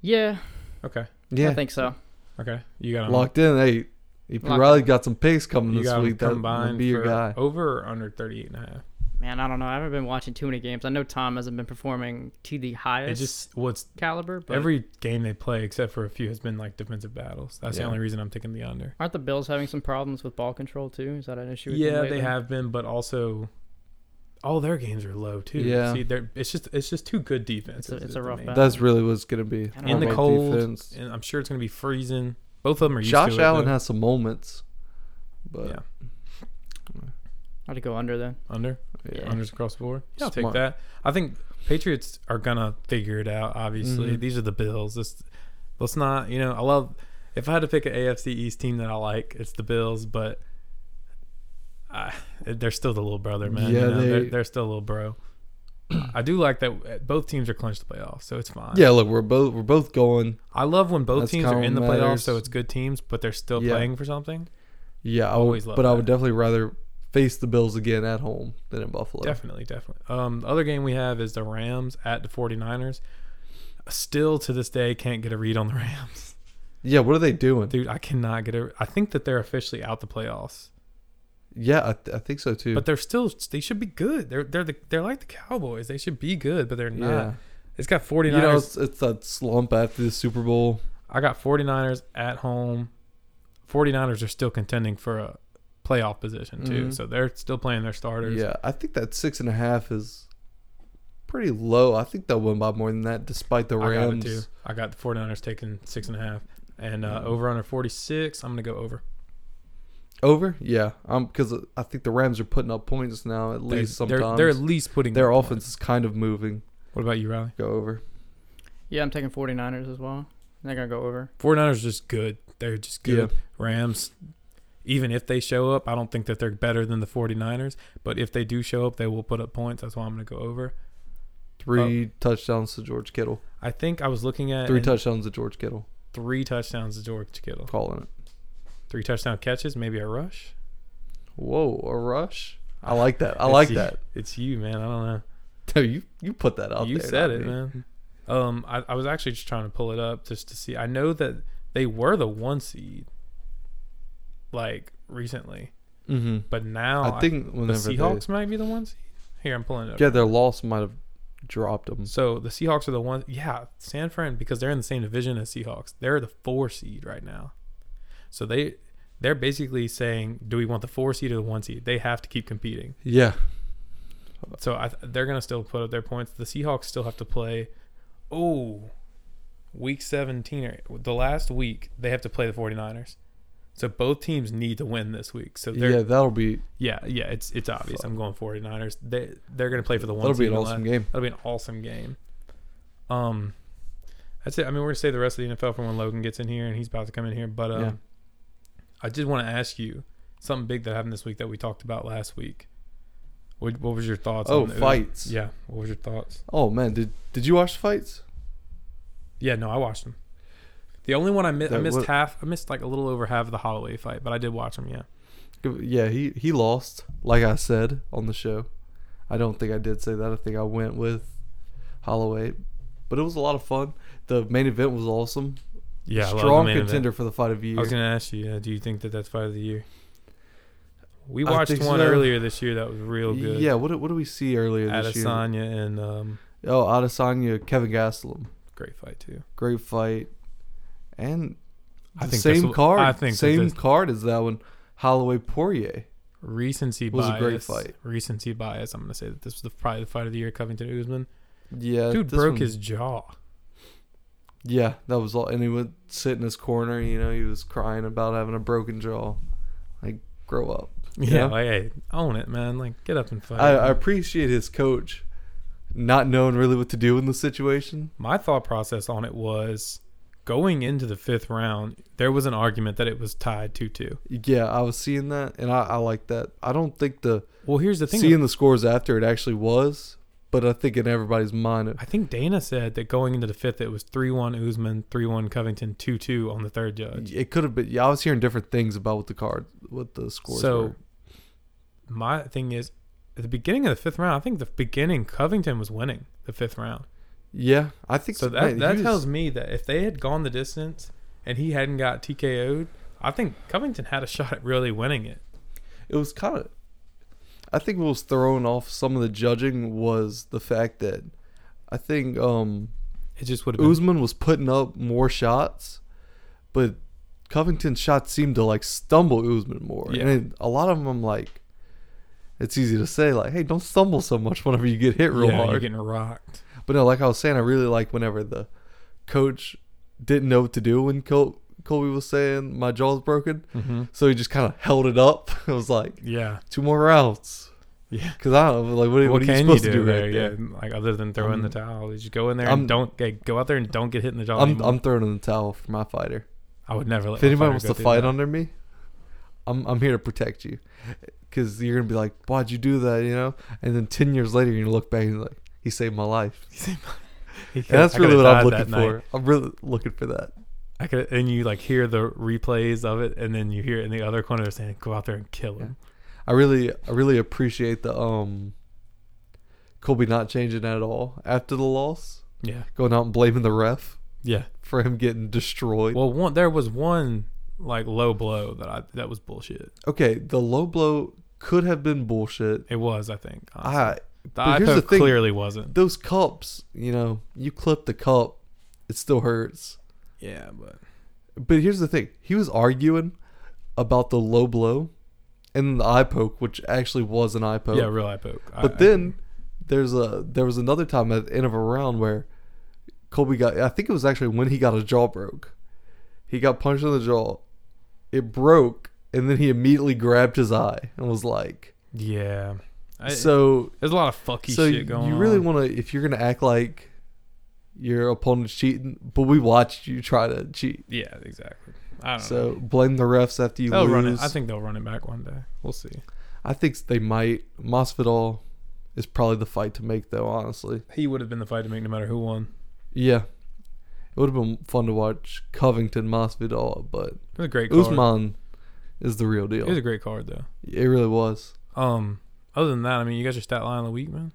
yeah, Okay. yeah. I think so. Okay. You got 'em. Locked in. Hey, EP Locked Riley got some picks coming You this got 'em week. That will combined be your for guy. over or under 38 and a half. Man, I don't know. I haven't been watching too many games. I know Tom hasn't been performing to the It highest just, what's caliber, but every game they play, except for a few, has been like defensive battles. That's Yeah. the only reason I'm taking the under. aren't the Bills having some problems with ball control too? Is that an issue? With them Yeah, they lately? have been, but also all their games are low too. Yeah. See, they're it's just it's just two good defenses. It's a- it's is a the rough main- battle. That's really what's gonna be don't In the About cold, defense. and I'm sure it's gonna be freezing. Both of them are used Josh to it, Allen though. has some moments, but Yeah. I'd have to go under then. under yeah. Yeah. unders across the board. Yeah, I'll take Smart. that. I think Patriots are gonna figure it out. Obviously, Mhm. these are the Bills. This let's not you know I love if I had to pick an AFC East team that I like, it's the Bills, but. I, they're still the little brother, man. Yeah, you know? they're, they- they're still a little bro. I do like that uh, both teams are clinched the playoffs, so it's fine. Yeah, look, we're both we're both going. I love when both That's teams kinda are in the what matters. playoffs, so it's good teams, but they're still Yeah. playing for something. Yeah, I Always would, love but I would that. definitely rather face the Bills again at home than in Buffalo. Definitely, definitely. Um, the other game we have is the Rams at the 49ers. Still to this day, can't get a read on the [LAUGHS] Rams. Yeah, what are they doing? Dude, I cannot get a. I think that they're officially out the playoffs, Yeah, I, th- I think so too. but they're still. They should be good. They're they're the, they're like the Cowboys. They should be good, but they're not. yeah, It's got you 49ers. know, it's, it's that slump after the Super Bowl. I got 49ers at home. 49ers are still contending for a playoff position too, Mhm. so they're still playing their starters. Yeah, I think that six and a half is pretty low. I think they'll win by more than that, despite the I got it too. Rams. I got the 49ers taking six and a half. And uh, Mhm. over under 46, I'm going to go over. Over? Yeah, um, because I think the Rams are putting up points now at They- least. they're, sometimes they're at least putting their up offense is kind of moving. points. What about you, Riley? Go over. Yeah, I'm taking 49ers as well. They're gonna go over. 49ers are just good. They're just good. Rams, even if they show up, I don't think that they're better than the 49ers. But if they do show up, they will put up points. That's why I'm going to go over. Three touchdowns to George Kittle. I think I was looking at Three Oh. and touchdowns to George Kittle. three touchdowns to George Kittle. Calling it. Three touchdown catches, maybe a rush. Whoa, a rush. I like that. [LAUGHS] I It's like you- that. [LAUGHS] It's you, man. I don't know. No, you you put that out you there. said not it, me. man. Um, I, I was actually just trying to pull it up just to see. I know that they were the one seed, like recently, Mm-hmm. but now I think Oh, the whenever Seahawks might be the one seed. Here, I'm pulling it up. they, yeah, their loss might have dropped them. So the Seahawks are the one. Yeah, San Fran because they're in the same division as Seahawks. They're the four seed right now. So they they're basically saying, do we want the four seed or the one seed? They have to keep competing. Yeah, So I, th- they're gonna still put up their points. The Seahawks still have to play. Oh, week seventeen or the last week they have to play the 49ers. So both teams need to win this week. So they're yeah, yeah, that'll be yeah, it's it's obvious. I'm going 49ers. They they're gonna play for the one. that'll be seed an in the awesome last- game. That'll be an awesome game. Um, That's it. I mean, we're gonna save the rest of the NFL for when Logan gets in here, and he's about to come in here. But um, Yeah. I did want to ask you something big that happened this week that we talked about last week. What, what was your thoughts? Oh, on the- fights. Yeah. What was your thoughts? Oh man, did did you watch the fights? Yeah. No, I watched them. The only one I missed, I That missed was- half. I missed like a little over half of the Holloway fight, but I did watch them. Yeah. Yeah, he he lost. Like I said on the show, I don't think I did say that. I think I went with Holloway, but it was a lot of fun. The main event was awesome. Yeah. strong contender for the fight of the year. I was gonna ask you. Yeah, do you think that that's fight of the year? We I watched think one so. earlier this year that was real good. Yeah, what did- what did we see earlier this year? Adesanya and um, Oh, Adesanya, Kevin Gastelum, great fight too. great fight, and I the think this same will- card. I think that same this- card as that one. Holloway Poirier. Recency was bias. a great fight. Recency bias. I'm gonna say that this was the, probably the fight of the year. Covington Usman. Yeah, Dude Uh, this broke one- his jaw. Yeah, that was all. And he would sit in his corner. You know, he was crying about having a broken jaw. Like, grow up. Yeah. Yeah. Like, hey, own it, man. Like, get up and fight. I, I appreciate his coach not knowing really what to do in the situation. My thought process on it was going into the fifth round. There was an argument that it was tied two two. Yeah, I was seeing that, and I, I like that. I don't think the Well, here's the thing. seeing the scores after it actually was, but I think in everybody's mind, it, I think Dana said that going into the fifth, it was 3 1 Usman, 3 1 Covington, 2 2 on the third judge. it could have been. Yeah, I was hearing different things about what the card, what the scores So, were. my thing is, at the beginning of the fifth round, I think the beginning, Covington was winning the fifth round. Yeah, I think So, man, that, he that was- tells me that if they had gone the distance and he hadn't got TKO'd, I think Covington had a shot at really winning it. it was kind of i think what was thrown off some of the judging was the fact that i think um It just would have been. Usman was putting up more shots but Covington's shots seemed to like stumble Usman more Yeah. and it, a lot of them I'm like it's easy to say like hey don't stumble so much whenever you get hit real yeah, you're hard getting rocked. but no like I was saying I really like whenever the coach didn't know what to do when Col- Colby was saying my jaw's broken Mm-hmm. so he just kind of held it up [LAUGHS] I was like Yeah. two more rounds. Yeah. Cause I don't know, like what, what are you can supposed to do right there? there? Um, Yeah, like other than throw in the towel, you just go in there I'm- and don't get, go out there and don't get hit in the jaw. I'm anymore. I'm throwing in the towel for my fighter. I would never let. If anybody wants to fight under me, I'm I'm here to protect you. Cause you're gonna be like, why'd you do that? You know. And then ten years later, you're gonna look back and you're like, he saved my life. And that's really what I'm looking for. I'm really looking for that. I could, and you like hear the replays of it, and then you hear it in the other corner they're saying, "Go out there and kill him." I really I really appreciate the um. Colby not changing at all after the loss, Yeah, going out and blaming the ref yeah. for him getting destroyed. Well, one there was one like low blow that I that was bullshit. okay, the low blow could have been bullshit. It was, I think. honestly. I the but eye here's the poke thing. clearly wasn't. those cups, you know, you clip the cup, it still hurts. Yeah, but But here's the thing: he was arguing about the low blow and the eye poke, which actually was an eye poke. yeah, real eye poke. I- but I- then there's a there was another time at the end of a round where Colby got. I think it was actually when he got his jaw broke. He got punched in the jaw. It broke, and then he immediately grabbed his eye and was like, yeah, I, "So there's a lot of fucky so shit going. you really on. want to if you're gonna act like your opponent's cheating but we watched you try to cheat Yeah, exactly. I don't know. so blame the refs after you Oh. They'll lose run it. I think they'll run it back one day. We'll see. I think they might Masvidal is probably the fight to make though honestly He would have been the fight to make no matter who won. yeah it would have been fun to watch Covington Masvidal but It was a great card. Usman is the real It deal was a it, great card though. really was Um, other than that, I mean, you got your stat line of the week, man.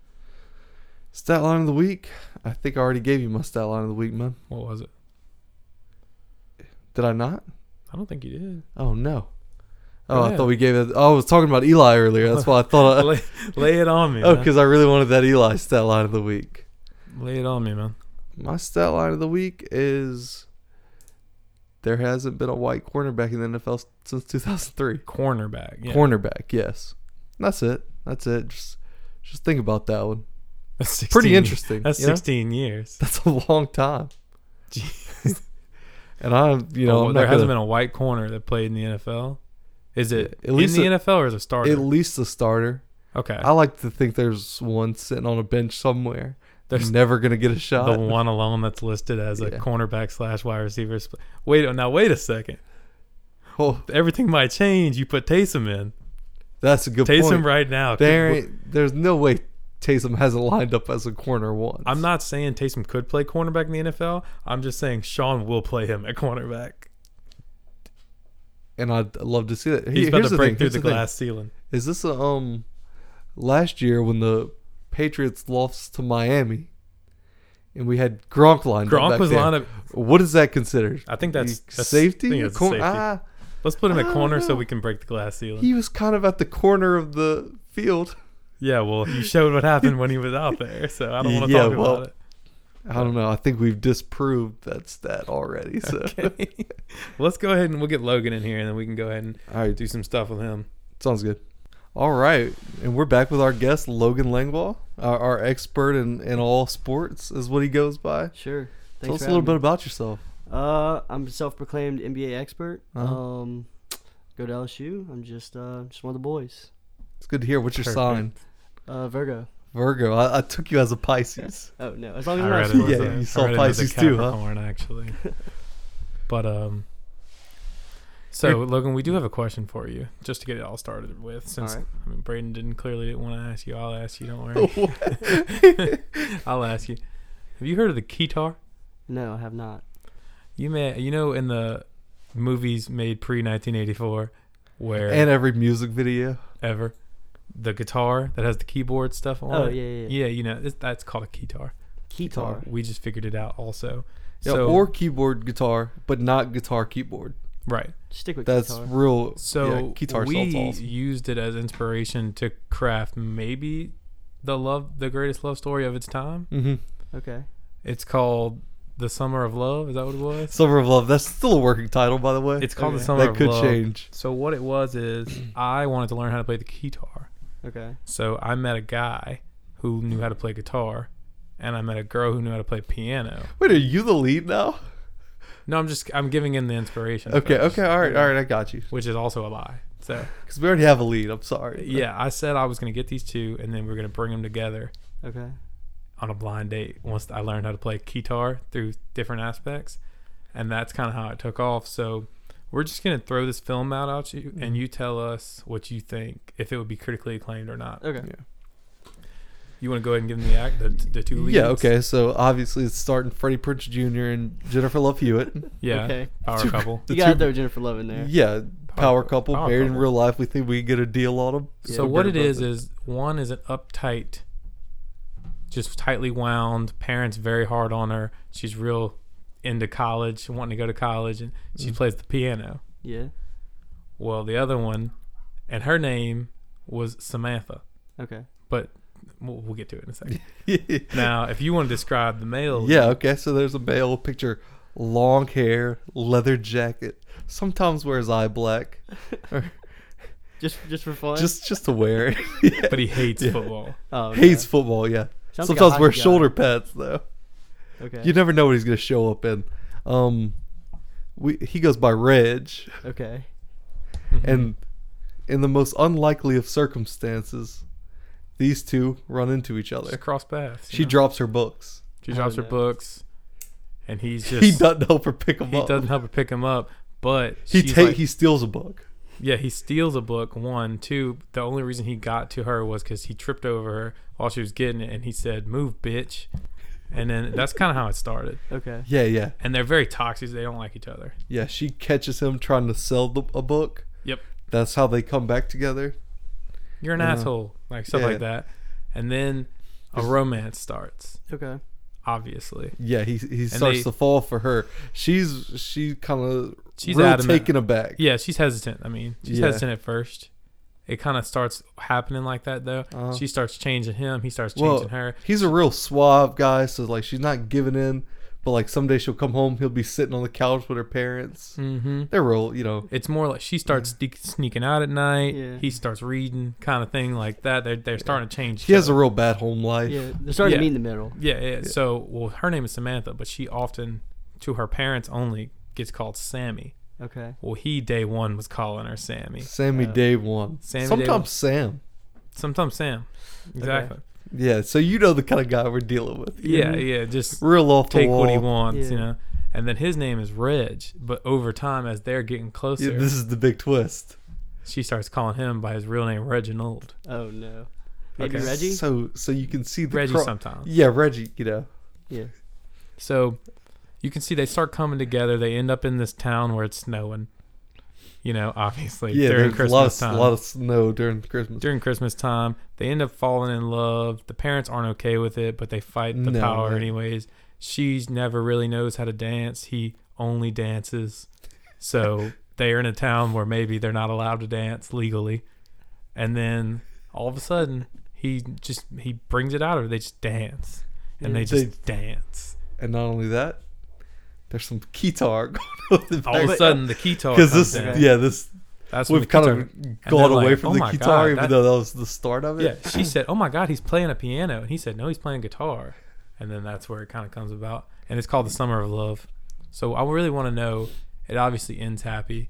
stat line of the week I think I already gave you my stat line of the week man What was it? did I not I don't think you did. oh no Go oh I ahead. thought we gave it oh, I was talking about Eli earlier that's why I thought I, lay, lay it on me. Oh, man. because I really wanted that Eli stat line of the week. lay it on me, man. My stat line of the week is there hasn't been a white cornerback in the NFL since 2003. Cornerback. Yeah. Cornerback, yes. That's it. That's it. Just, just think about that one. That's 16 Pretty years. interesting. That's you know? 16 years. That's a long time. [LAUGHS] and I'm, you know, Oh, I'm there not gonna- hasn't been a white corner that played in the NFL. Is it At least in the a- NFL or is it starter? at least a starter. okay. I like to think there's one sitting on a bench somewhere There's never gonna get a shot. the one alone that's listed as a Yeah. cornerback slash wide receiver. Sp- wait, now wait a second. Oh, Everything might change. You put Taysom in. that's a good Taysom point. right now. could- There, ain't, there's no way Taysom hasn't lined up as a corner once. I'm not saying Taysom could play cornerback in the NFL. I'm just saying Sean will play him at cornerback. and I'd love to see that. He- He's about here's to the break thing, through here's the, the thing. glass ceiling. Is this a, um last year when the Patriots lost to Miami and we had Gronk lined up? Gronk back was there? lined up. What is that considered? I think that's, that's safety. I think that's a Cor- safety. ah, Let's put him I at don't corner so know. we can break the glass ceiling. he was kind of at the corner of the field. yeah, well, you showed what happened when he was out there, so I don't want to Yeah, talk well, about it. I don't know. I think we've disproved that stat already. So [LAUGHS] Okay. Let's go ahead and we'll get Logan in here, and then we can go ahead and all right, do some stuff with him. sounds good. All right, and we're back with our guest Logan Langwall, our, our expert in, in all sports, is what he goes by. Sure. Tell Thanks us for a little having bit me. about yourself. Uh, I'm a self-proclaimed NBA expert. Uh-huh. Um, go to LSU. I'm just uh, just one of the boys. It's good to hear. What's your Perfect. sign? Uh, Virgo. Virgo. I, I took you as a Pisces. Oh no, as long I as I'm read not it Yeah, was supposed you saw a- I to. read it was a Pisces too, huh? [LAUGHS] Capricorn, actually. But um, so Logan, we do have a question for you, just to get it all started with. Since Alright. I mean, Braden didn't clearly didn't want to ask you. I'll ask you. Don't worry. What? [LAUGHS] [LAUGHS] I'll ask you. Have you heard of the keytar? No, I have not. You may you know in the movies made pre 1984 where and every music video. ever the guitar that has the keyboard stuff on Oh it. yeah, yeah. yeah. Yeah, you know, it's, that's called a keytar. Keytar. We just figured it out also. Yeah, so or keyboard guitar, but not guitar keyboard. right. Stick with That's keytar. real. yeah, So guitar we sounds awesome. used it as inspiration to craft maybe the love, the greatest love story of its time. Mm-hmm. Okay. It's called the Summer of Love. Is that what it was? Summer of Love. That's still a working title, by the way. It's called the Okay. Summer that of could Love. change. So what it was is [CLEARS THROAT] I wanted to learn how to play the guitar. Okay. So I met a guy who knew how to play guitar, and I met a girl who knew how to play piano. Wait, are you the lead now? No, I'm just I'm giving in the inspiration. Okay, first, okay, all right, all right. I got you. Which is also a lie. So Because we already have a lead. I'm sorry. yeah, I said I was gonna get these two, and then we are gonna bring them together. Okay. on a blind date once I learned how to play guitar through different aspects, and that's kind of how it took off. So we're just gonna throw this film out at you, and you tell us what you think if it would be critically acclaimed or not. Okay. You want to go ahead and give them the act, the, the two leads. Yeah. Okay. So obviously, it's starting Freddie Prince Jr. and Jennifer Love [LAUGHS] Hewitt. Yeah. Okay. Power couple. The you got [LAUGHS] two- to throw Jennifer Love in there. Yeah, power, Power- couple power married in couple. real life. We think we can get a deal on them. So what [LAUGHS] it is is one is an uptight, just tightly wound. Parents very hard on her. She's real into college, wanting to go to college, and she Mm. plays the piano. Yeah. Well, the other one, and her name was Samantha, Okay. but we'll, we'll get to it in a second. [LAUGHS] now, if you want to describe the male, yeah. Okay. So there's a male picture, long hair, leather jacket. Sometimes wears eye black, Just just for fun. just just to wear. [LAUGHS] it. but he hates Yeah. football. oh, [LAUGHS] okay. Hates football. Yeah. Sounds like a Sometimes wears hockey guy. shoulder pads though. Okay. You never know what he's gonna show up in. Um, we he goes by Reg, okay. and in the most unlikely of circumstances, these two run into each Just other. cross paths. you She know? drops her books. she drops her Oh, no. books, and he's just he doesn't help her pick them he up. doesn't help her pick him up. But he she's ta- like- he steals a book. yeah, he steals a book. One, two. The only reason he got to her was because he tripped over her while she was getting it, and he said, "Move, bitch," and then that's kind of how it started. Okay. Yeah, yeah, And they're very toxic. They don't like each other. yeah. She catches him trying to sell the, a book. Yep. That's how they come back together. you're an You know? asshole, like stuff Yeah. like that. And then a romance starts, Okay. obviously. Yeah, he he starts they- to fall for her. She's she kind of She's real adamant. taken aback. Yeah, she's hesitant. I mean, she's Yeah. hesitant at first. It kind of starts happening like that, though. Uh-huh. She starts changing him. He starts Well, changing her. He's a real suave guy, so like she's not giving in. But like someday she'll come home, he'll be sitting on the couch with her parents. hmm They're real, you know. It's more like she starts sneak- sneaking out at night. Yeah. He starts reading, kind of thing like that. They're, they're starting to change. He each has a other. real bad home life. Yeah. They're starting Yeah. to meet in the middle. yeah, yeah. So, well, her name is Samantha, but she often, to her parents only, gets called Sammy. Okay. Well, he day one was calling her Sammy. Sammy Uh, Day one. Sammy Day Sometimes one. Sam. Sometimes Sam. Exactly. Yeah, so you know the kind of guy we're dealing with. you Yeah, know? yeah. Just Real off the take what he wall. wants, you Yeah. know. And then his name is Reg, but over time, as they're getting Yeah, closer, this is the big twist. she starts calling him by his real name, Reginald. Oh no. Maybe Okay. Reggie. So so you can see the Reggie cro- sometimes. Yeah, Reggie, you know. yeah. So you can see they start coming together. They end up in this town where it's snowing. You know, obviously yeah, during there's a lot, of, Christmas s- a time. lot of snow during Christmas. during Christmas time, they end up falling in love. The parents aren't okay with it, but they fight the No, power no. anyways. She's never really knows how to dance. He only dances. [LAUGHS] So they're in a town where maybe they're not allowed to dance legally. And then all of a sudden, he just he brings it out of her. They just dance. And they Yeah. just dance. and not only that, there's some guitar [LAUGHS] going on in the All of a back. sudden, the guitar Because comes this, down. yeah, this That's when we've the kind guitar- of they're gone away like, from "Oh the my guitar, God, even that- though that was the start of it. yeah, she said, "Oh my God, he's playing a piano," and he said, "No, he's playing guitar." And then that's where it kind of comes about, and it's called the Summer of Love. So I really want to know. It obviously ends happy.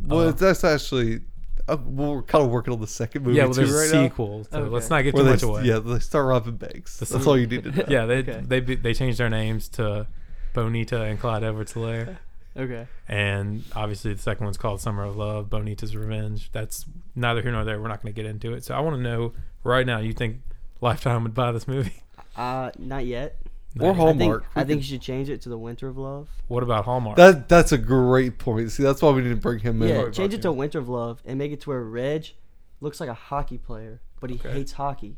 Well, Uh, that's actually uh, well, we're kind of working on the second movie yeah, well, too there's right a now. sequel. So Okay. let's not get Where too they, much away. Yeah, they start robbing banks. The That's sequel. all you need to know. [LAUGHS] yeah, they Okay. they be- they changed their names to Bonita and Clyde Edwards Hilaire, Okay. and obviously the second one's called Summer of Love, Bonita's Revenge. That's neither here nor there. We're not going to get into it. So I want to know right now. You think Lifetime would buy this movie? Uh, not yet. Or Nice. Hallmark. I think We I think could- you should change it to the Winter of Love. What about Hallmark? That that's a great point. See, that's why we didn't bring him in. Yeah, Probably change it Bucky. to Winter of Love and make it to where Reg looks like a hockey player, but he Okay. hates hockey.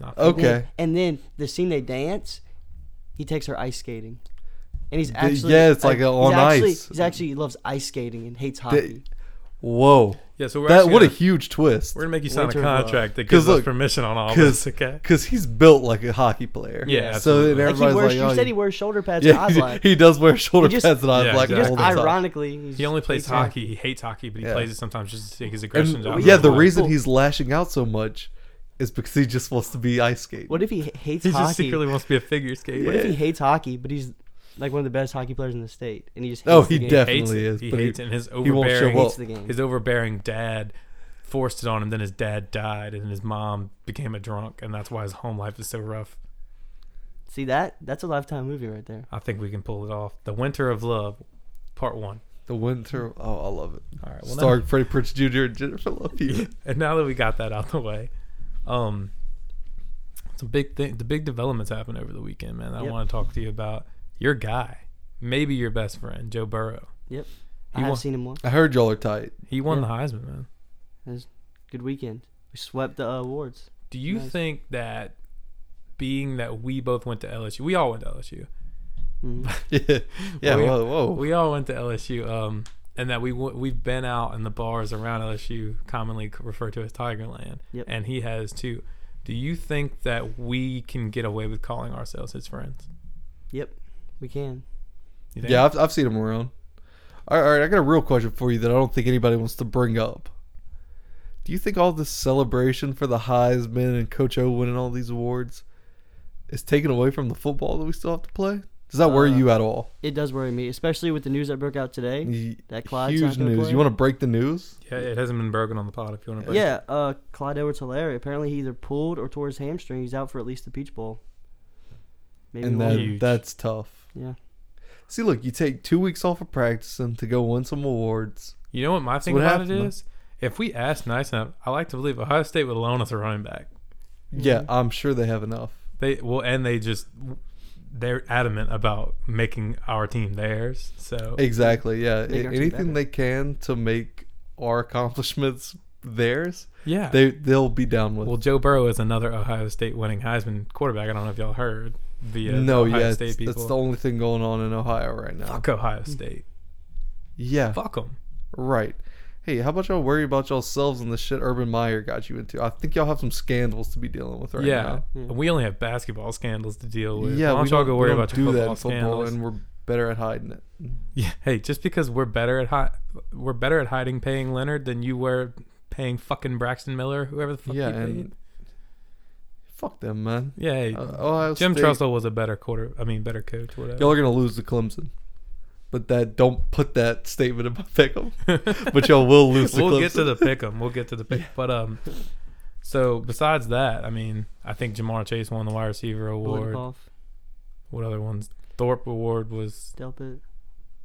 Not- Okay. Then- and then the scene they dance, he takes her ice skating, and he's The- actually yeah, it's like a- he's on actually, ice. He's actually he loves ice skating and hates hockey. Whoa, Yeah, so we're that actually what a gonna- huge twist. We're gonna make you sign Winter a of Love. contract that 'Cause gives us look, permission on all 'cause- this. Okay. Because he's built like a hockey player. Yeah, So absolutely. and Like, like he everybody's wears, like, you oh, said he wears shoulder [LAUGHS] pads yeah, and he- eyes he, does wear shoulder He just- pads and eyes Yeah, like exactly. all the time. Ironically, he's He only plays hates hockey. hockey. He hates hockey, but he Yeah. plays it sometimes just to take his And, aggressions out. yeah, real the quick. reason Well- he's lashing out so much is because he just wants to be ice skating. What if he h- hates he hockey? just secretly wants to be a figure What skater. if he hates hockey, but he's like one of the best hockey players in the state, and he just hates Oh, the he game. def- Hates Definitely it. is, He but he- hates it. And his he won't show overbearing, up. hates the game. his overbearing dad forced it on him. Then his dad died, and his mom became a drunk, and that's why his home life is so rough. See that? That's a lifetime movie right there. I think we can pull it off. The Winter of Love, Part One. The winter. Oh, I love it. All right. Well, now- Starring Freddie Prinze Jr. and Jennifer [LAUGHS] Lopez. and now that we got that out the way, um, some big thing, the big developments happened over the weekend, man. I Yep. want to talk to you about your guy, maybe your best friend, Joe Burrow. Yep. He I have won- seen him once. I heard y'all are tight. [LAUGHS] He won Yeah. the Heisman, man. Good weekend. We swept the uh, awards. Do you Nice. think that being that we both went to LSU, we all went to LSU, [LAUGHS] Mhm. yeah. Yeah. We- Whoa. Whoa. we all went to LSU, um, and that we w- we've been out in the bars around LSU, commonly c- referred to as Tigerland, Yep. and he has too. Do you think that we can get away with calling ourselves his friends? Yep, we can. You think? yeah. I've, I've seen him around. All right, all right. I got a real question for you that I don't think anybody wants to bring up. Do you think all this celebration for the Heisman and Coach O winning all these awards is taken away from the football that we still have to play? Does that worry Uh, you at all? It does worry me, especially with the news that broke out today. Y- That Clyde's Huge not gonna news. play? You want to break the news? Yeah, it hasn't been broken on the pod. If you want to break, Yeah, uh, Clyde Edwards Hilaire. Apparently, he either pulled or tore his hamstring. He's out for at least the Peach Bowl. Maybe and one. that Huge. that's tough. Yeah. See, look, you take two weeks off of practicing to go win some awards. You know what my thing what about happened, it though. is? If we ask nice enough, I like to believe Ohio State would loan us a running back. Yeah, Mm-hmm. I'm sure they have enough. They well, and they just they're adamant about making our team theirs. So Exactly. Yeah. Make our team Anything better. they can to make our accomplishments theirs, yeah. they they'll be down with. well, Joe Burrow is another Ohio State winning Heisman quarterback. I don't know if y'all heard via the no, Ohio yeah, State it's- people. that's the only thing going on in Ohio right now. Fuck Ohio State. Yeah, Fuck them. right. Hey, how about y'all worry about yourselves and the shit Urban Meyer got you into? I think y'all have some scandals to be dealing with right yeah. now. Hmm. Yeah. we only have basketball scandals to deal with. Yeah, why we don't y'all don't, go we worry don't about do your football that in football, scandals? and we're better at hiding it. Yeah, hey, just because we're better at hi- we're better at hiding paying Leonard than you were paying fucking Braxton Miller, whoever the fuck yeah, you paid. and fuck them, man. yeah, hey, Uh, Ohio Jim State, Trussell was a better quarter. I mean, better coach. Whatever. [LAUGHS] Y'all are gonna lose to Clemson, but that don't put that statement in my pickle. but y'all will lose to we'll Clemson. get to the pick 'em. We'll get to the pick. But um, So besides that, I mean, I think Jamar Chase won the wide receiver award. Blitnikoff, What other ones? Thorpe Award was. Delpit.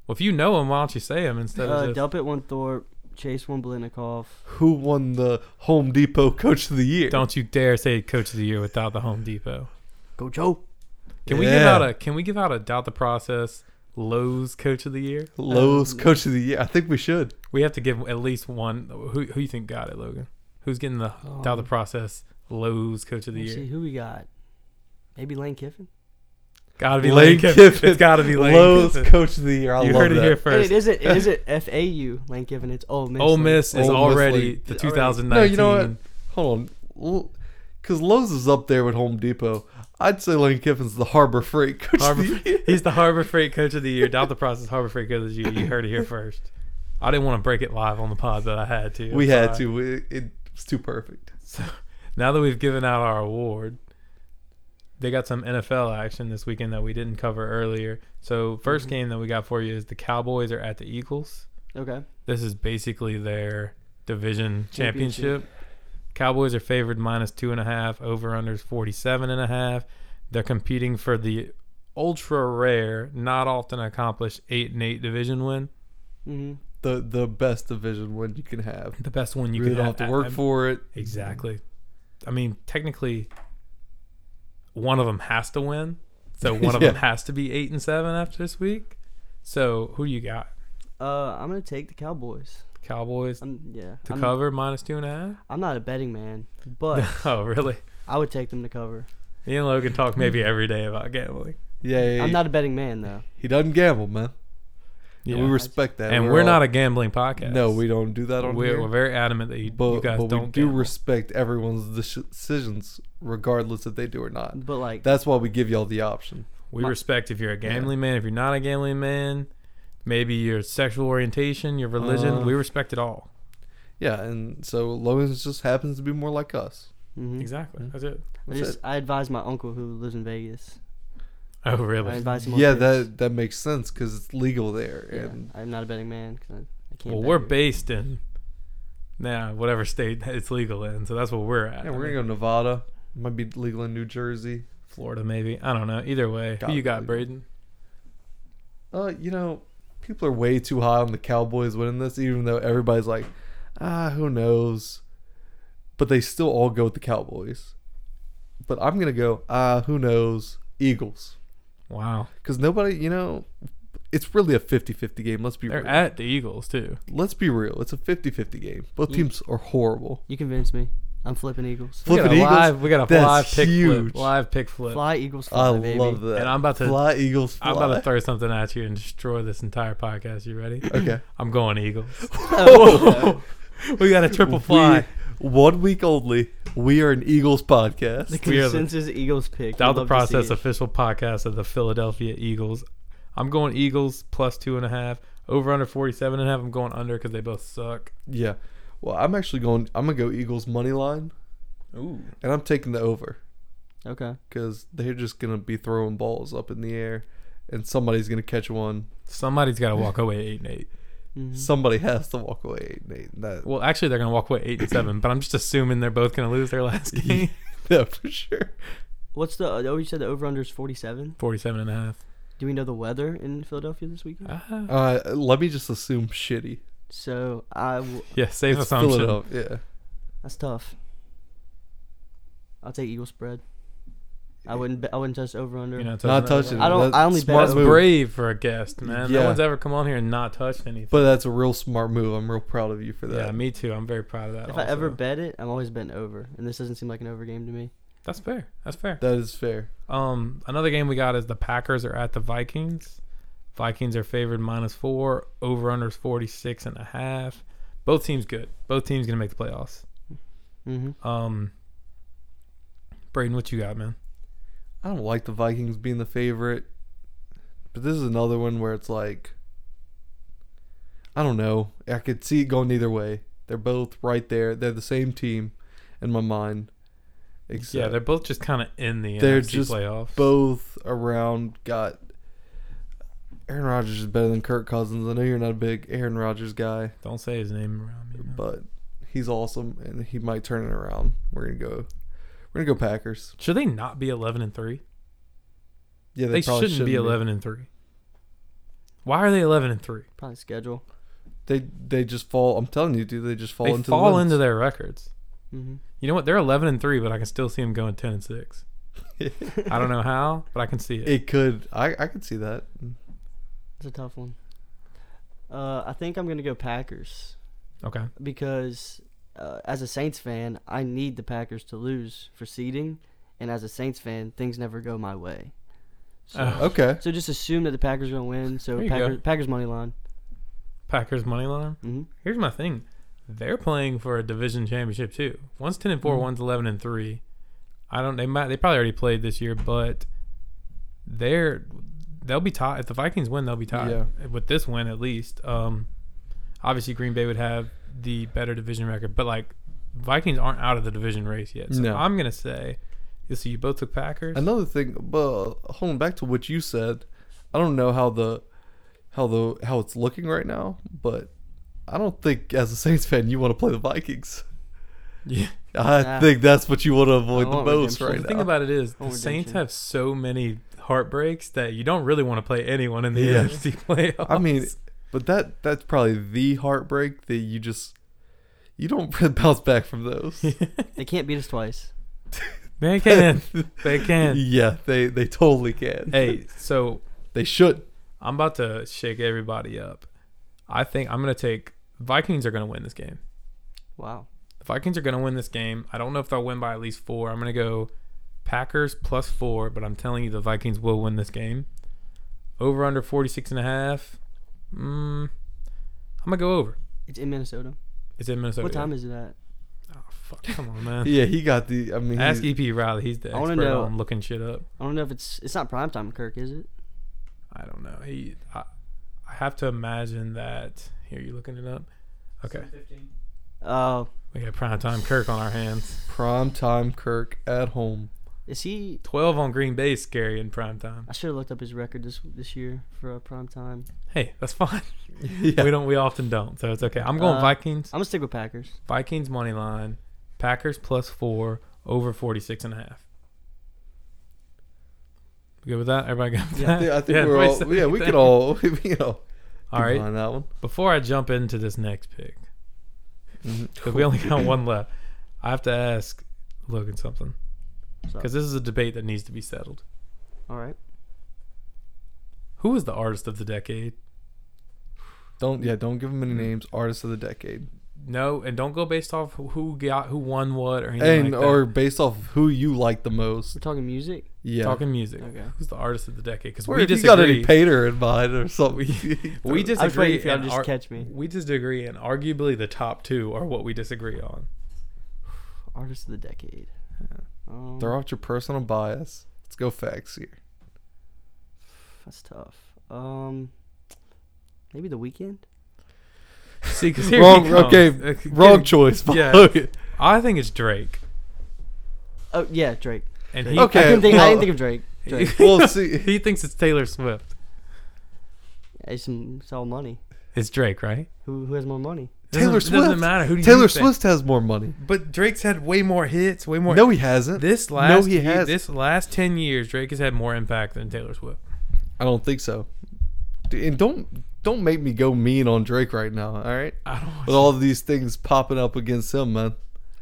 Well, if you know him, why don't you say him instead Uh, of just Delpit won Thorpe. Chase won Blitnikoff. Who won the Home Depot Coach of the Year? Don't you dare say Coach of the Year without the Home Depot. Go Joe. Can we give Yeah. out a Can we give out a doubt the process Lowe's Coach of the Year? Lowe's Uh, Um, Coach of the Year. I think we should. We have to give at least one. Who Who you think got it, Logan? Who's getting the doubt the Um, process Lowe's Coach of the Let's Year? see who we got. Maybe Lane Kiffin. Gotta be Lane, Kiffin. It's gotta be Lane [LAUGHS] Lowe's Kiffin. Coach of the Year. I you love heard it that. here But first. it [LAUGHS] isn't. It isn't FAU Lane Kiffin. It's Ole Miss. Ole Lane- Miss is Ole Miss already League. the It's already- 2019. No, you know what? Hold on. Because Lowe's is up there with Home Depot. I'd say Lane Kiffin's the Harbor Freight Coach Harbor of the Year. He's the Harbor Freight Coach of the Year. Doubt the process. Harbor Freight Coach of the Year. You heard [LAUGHS] it here first. I didn't want to break it live on the pod, but I had to. We It's had all right. to. It, it was too perfect. Now that we've given out our award, they got some NFL action this weekend that we didn't cover earlier. So 1st Mm-hmm. Mhm. game that we got for you is the Cowboys are at the Eagles. Okay. This is basically their division Championship. championship. Cowboys are favored minus two and a half. Over unders 47 and a half. They're competing for the ultra rare, not often accomplished eight and eight division win. Mm-hmm. The the best division win you can have. The best one you You really could don't have to work I- for it. Exactly. I mean, technically, one of them has to win. [LAUGHS] So one of them Yeah. has to be eight and seven after this week. So who do you got? Uh, I'm gonna take the Cowboys. Cowboys I'm, yeah. to I'm, cover minus two and a [LAUGHS] I'm not a betting man, [LAUGHS] but half. oh, really? I would take them to cover. Me and Logan talk maybe Mm. every day about gambling. Yeah, yeah, I'm yeah. not a betting man though. he doesn't gamble, man. Yeah. And we respect that. and we're, all- not a gambling podcast. No, we don't do that on We're, here. we're very adamant that you, but you guys but don't we do gamble. respect everyone's deci- decisions, regardless if they do or not. But like, That's why we give y'all the option. we my- respect if you're a gambling man, if you're not a gambling man, maybe your sexual orientation, your religion. Uh, we respect it all. Yeah, and so Logan just happens to be more like us. mhm. Exactly. Mm. That's it. I just I advise my uncle who lives in Vegas. Oh, I really? advise him. on Yeah, this. that that makes sense because it's legal there, Yeah, and I'm not a betting man 'cause I, I can't. Well, bet we're here. based in now whatever state that it's legal in, so that's what we're at. yeah, I we're gonna mean, go Nevada. Might be legal in New Jersey. Florida, maybe. I don't know. Either way, Gotta who you be got, legal. Braden? Uh, you know, people are way too high on the Cowboys winning this, even though everybody's like, ah, who knows? But they still all go with the Cowboys. But I'm gonna go, ah, who knows? Eagles, Wow, because nobody, you know, it's really a 50-50 game. Let's be they're real. at the Eagles too. Let's be real. It's a 50-50 game. Both Ye- teams are horrible. You convinced me. I'm flipping Eagles. Flip we got it, a Eagles? live. We got a That's live pick huge. flip. Live pick flip. Fly Eagles. Fly, I baby. love [LAUGHS] that. And I'm about to- fly Eagles. Fly. I'm about to throw something at you and destroy this entire podcast. You ready? okay. I'm going Eagles. [LAUGHS] [LAUGHS] Whoa. we got a triple fly. We- one week only. We are an Eagles podcast. The We are the- consensus Eagles pick. Now I'd the love to see process it. official podcast of the Philadelphia Eagles. I'm going Eagles plus two and a half. Over under 47 and a half. I'm going under because they both suck. Yeah. Well, I'm actually going. I'm gonna go Eagles money line, Ooh. and I'm taking the over Okay. because they're just gonna be throwing balls up in the air, and somebody's gonna catch one. Somebody's got to walk away eight and eight. Mm-hmm. Mhm. Somebody has to walk away eight and eight. That, [LAUGHS] Well, actually, they're gonna walk away eight and seven, but I'm just assuming they're both gonna lose their last game. yeah, for sure. What's the? Oh, you said the over under is 47. Forty-seven and a half. Do we know the weather in Philadelphia this weekend? Ah. Uh, let me just assume shitty. So I w- yeah, safe It's assumption. Philadelphia. Yeah. that's tough. I'll take Eagle spread. I wouldn't. Be, I wouldn't touch over under. You're not touching Not that. touching. I don't- That's I only bet smart That's on- move. brave for a guest, man. No Yeah. one's ever come on here and not touched anything. But that's a real smart move. I'm real proud of you for that. yeah, me too. I'm very proud of that. If I ever also. bet it, I'm always betting over, and this doesn't seem like an over game to me. that's fair. That's fair. that is fair. Um, another game we got is the Packers are at the Vikings. Vikings are favored minus four. Over unders 46 and a half. Both teams good. Both teams gonna make the playoffs. Mm-hmm. Um, Braden, what you got, man? I don't like the Vikings being the favorite, but this is another one where it's like, I don't know. I could see it going either way. They're both right there. They're the same team in my mind. Except yeah, they're both just kind of in the They're NFC just playoffs. both around got. Aaron Rodgers is better than Kirk Cousins. I know you're not a big Aaron Rodgers guy, Mm-hmm. Don't say his name around me. man. but He's awesome, and he might turn it around. We're gonna go. We're gonna go Packers. Should they not be eleven and three? Yeah, They, probably shouldn't, be eleven and three. Why are they eleven and three? Probably schedule. They they just fall. I'm telling you, dude. They just fall they into fall the into their records. hmm You know what? They're eleven and three, but I can still see them going ten [LAUGHS] and six. I don't know how, but I can see it. It could. I I could see that. It's a tough one. Uh, I think I'm gonna go Packers Okay. because uh, as a Saints fan, I need the Packers to lose for seeding, and as a Saints fan, things never go my way. So, Uh, Okay. so just assume that the Packers are gonna win. So There you Packers, go. Packers money line. [LAUGHS] Packers money line. hmm Here's my thing. They're playing for a division championship too. One's ten and 4 Mm-hmm. Mhm. one's eleven and three. I don't. They might. They probably already played this year, but they're they'll be tied. If the Vikings win, they'll be tied Yeah. with this win at least. Um, obviously Green Bay would have the better division record, but like Vikings aren't out of the division race yet. So No. I'm gonna say, so you both took Packers. Another thing, but holding back to what you said, I don't know how the how the how it's looking right now, but I don't think as a Saints fan you want to play the Vikings. [LAUGHS] Yeah. I Nah. think that's what you want to avoid the want most redemption. right the now. thing about it is the Home Saints redemption. have so many heartbreaks that you don't really want to play anyone [LAUGHS] in the Yeah. NFC playoffs. I mean, but that that's probably the heartbreak that you just you don't [LAUGHS] bounce back from [LAUGHS] those. They can't beat us twice. they [LAUGHS] can, they can. yeah, they they totally can. hey, so They should. I'm about to shake everybody up. I think I'm gonna take Vikings are gonna win this game. Wow. The Vikings are gonna win this game. I don't know if they'll win by at least four. I'm gonna go Packers plus four, but I'm telling you the Vikings will win this game. Over under 46 and a half. Mm, I'm gonna go over. It's in Minnesota. It's in Minnesota. what time is it at? Oh fuck! Come on, [LAUGHS] man. Yeah, he got the. I mean, he- Ask EP Riley. He's the I wanna expert know- on looking shit up. I don't know if it's it's not prime time, Kirk, is it? I don't know. He, I, I have to imagine that. Here, you looking it up? Okay, Uh, we got prime time Kirk on our hands. prime time Kirk at [LAUGHS] home. is he? Twelve on Green Bay, is scary in prime time. I should have looked up his record this this year for uh, prime time. Hey, that's fine. yeah. We don't. We often don't, so it's okay. I'm going Uh, Vikings. I'm gonna stick with Packers. Vikings money line. Packers plus four over 46 and a half. We good with that? Everybody good with that? Yeah, I think we're everybody all. said Yeah, we [LAUGHS] that. can all. [LAUGHS] You know. All right. On that one. Before I jump into this next pick, Mhm. because we only got one left, I have to ask Logan something So, because this is a debate that needs to be settled. all right. Who was the artist of the decade? Don't yeah. Don't give him Mm-hmm. any names. Artist of the decade. No, and don't go based off who- who got who won what or anything And like that. or based off of who you like the most. We're talking music. Yeah. talking music. Okay. Who's the artist of the decade? Because or we if you got any disagree. painter in mind or [LAUGHS] something. we [LAUGHS] I was disagree. waiting for y'all to and just ar- catch me. we disagree, and arguably the top two are what we disagree on. [LAUGHS] Artist of the decade. Um, Throw out your personal bias. Let's go facts [LAUGHS] here. that's tough. Um, maybe the weekend. See, because Wrong- [LAUGHS] okay, Wrong choice. but Yeah. okay. I think it's Drake, Oh yeah, Drake. and Drake. he [LAUGHS] Okay, I didn't think, I well- didn't think [LAUGHS] of Drake. Drake. We'll see. he thinks it's Taylor Swift. Hey, some it's all money. It's Drake, right? Who who has more money? [LAUGHS] Taylor doesn't, doesn't Swift. matter who do you Taylor think? Swift has more money. But Drake's had way more hits, way more. No, he hasn't. this no, last he ye- hasn't. this last ten years, Drake has had more impact than Taylor Swift. I don't think so. D- And don't don't make me go mean on Drake right now. All right, I don't. with all these things popping up against him, man.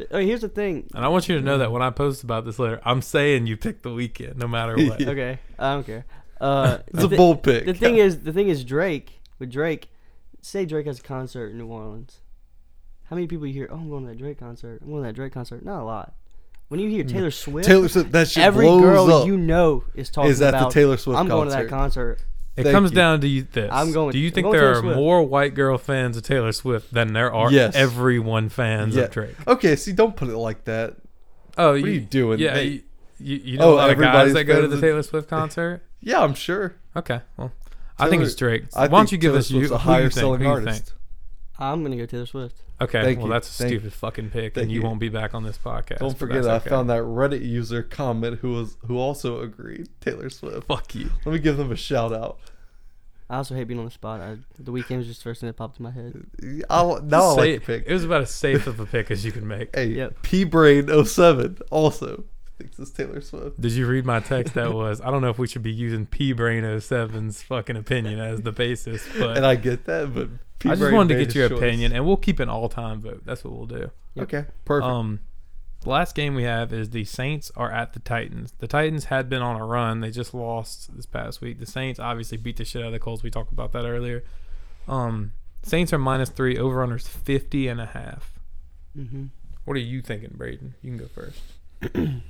Oh, here's the thing. and I want you to know that when I post about this later, I'm saying you picked the weekend, no matter [LAUGHS] what. Yeah. Okay, I don't care. Uh, [LAUGHS] It's the a thi- bold pick. The thing is, the thing is, Drake with Drake. Say Drake has a concert in New Orleans. How many people you hear? Oh, I'm going to that Drake concert. I'm going to that Drake concert. Not a lot. When you hear Taylor Swift, Mm. Taylor Swift. That shit every blows girl up. you know is talking is at the about. Taylor Swift I'm going concert. to that concert. It Thank comes you. down to you, this. I'm going- Do you I'm think going there Taylor are Swift. more white girl fans of Taylor Swift than there are Yes. everyone fans Yeah. of Drake? Okay, see, don't put it like that. Oh, What are you doing? Yeah, Hey. you, you, you Oh, know a lot of guys everybody's that go to fans the of- Taylor Swift concert. Yeah, I'm sure. Okay, well, I think Taylor- it's Drake. I Why don't think you give Taylor us you, Swift's who a you higher think, selling who you artist? think? I'm going to go Taylor Swift. Okay, Thank well you. that's a Thank- stupid fucking pick, thank and you, you. won't be back on this podcast. Don't but forget, that's I okay. found that Reddit user comment who was who also agreed Taylor Swift. Fuck you. Let me give them a shout out. I also hate being on the spot. I, the weekend was just the first thing that popped in my head. I, now I like Say- to pick. It was [LAUGHS] about as safe of a pick as you can make. Hey, Yep. P Brain 07 also thinks it's Taylor Swift. Did you read my [LAUGHS] text? That was I don't know if we should be using P Brain 07's fucking opinion as the basis, [LAUGHS] but And I get that, but P I just Brain wanted to made get his your choice. opinion, and we'll keep an all-time vote. That's what we'll do. Yep. Okay, perfect. Um, the last game we have is the Saints are at the Titans. The Titans had been on a run; they just lost this past week. The Saints obviously beat the shit out of the Colts. We talked about that earlier. Um, Saints are minus three. Over unders 50 and a half. Mm-hmm. What are you thinking, Braden? You can go first. I'm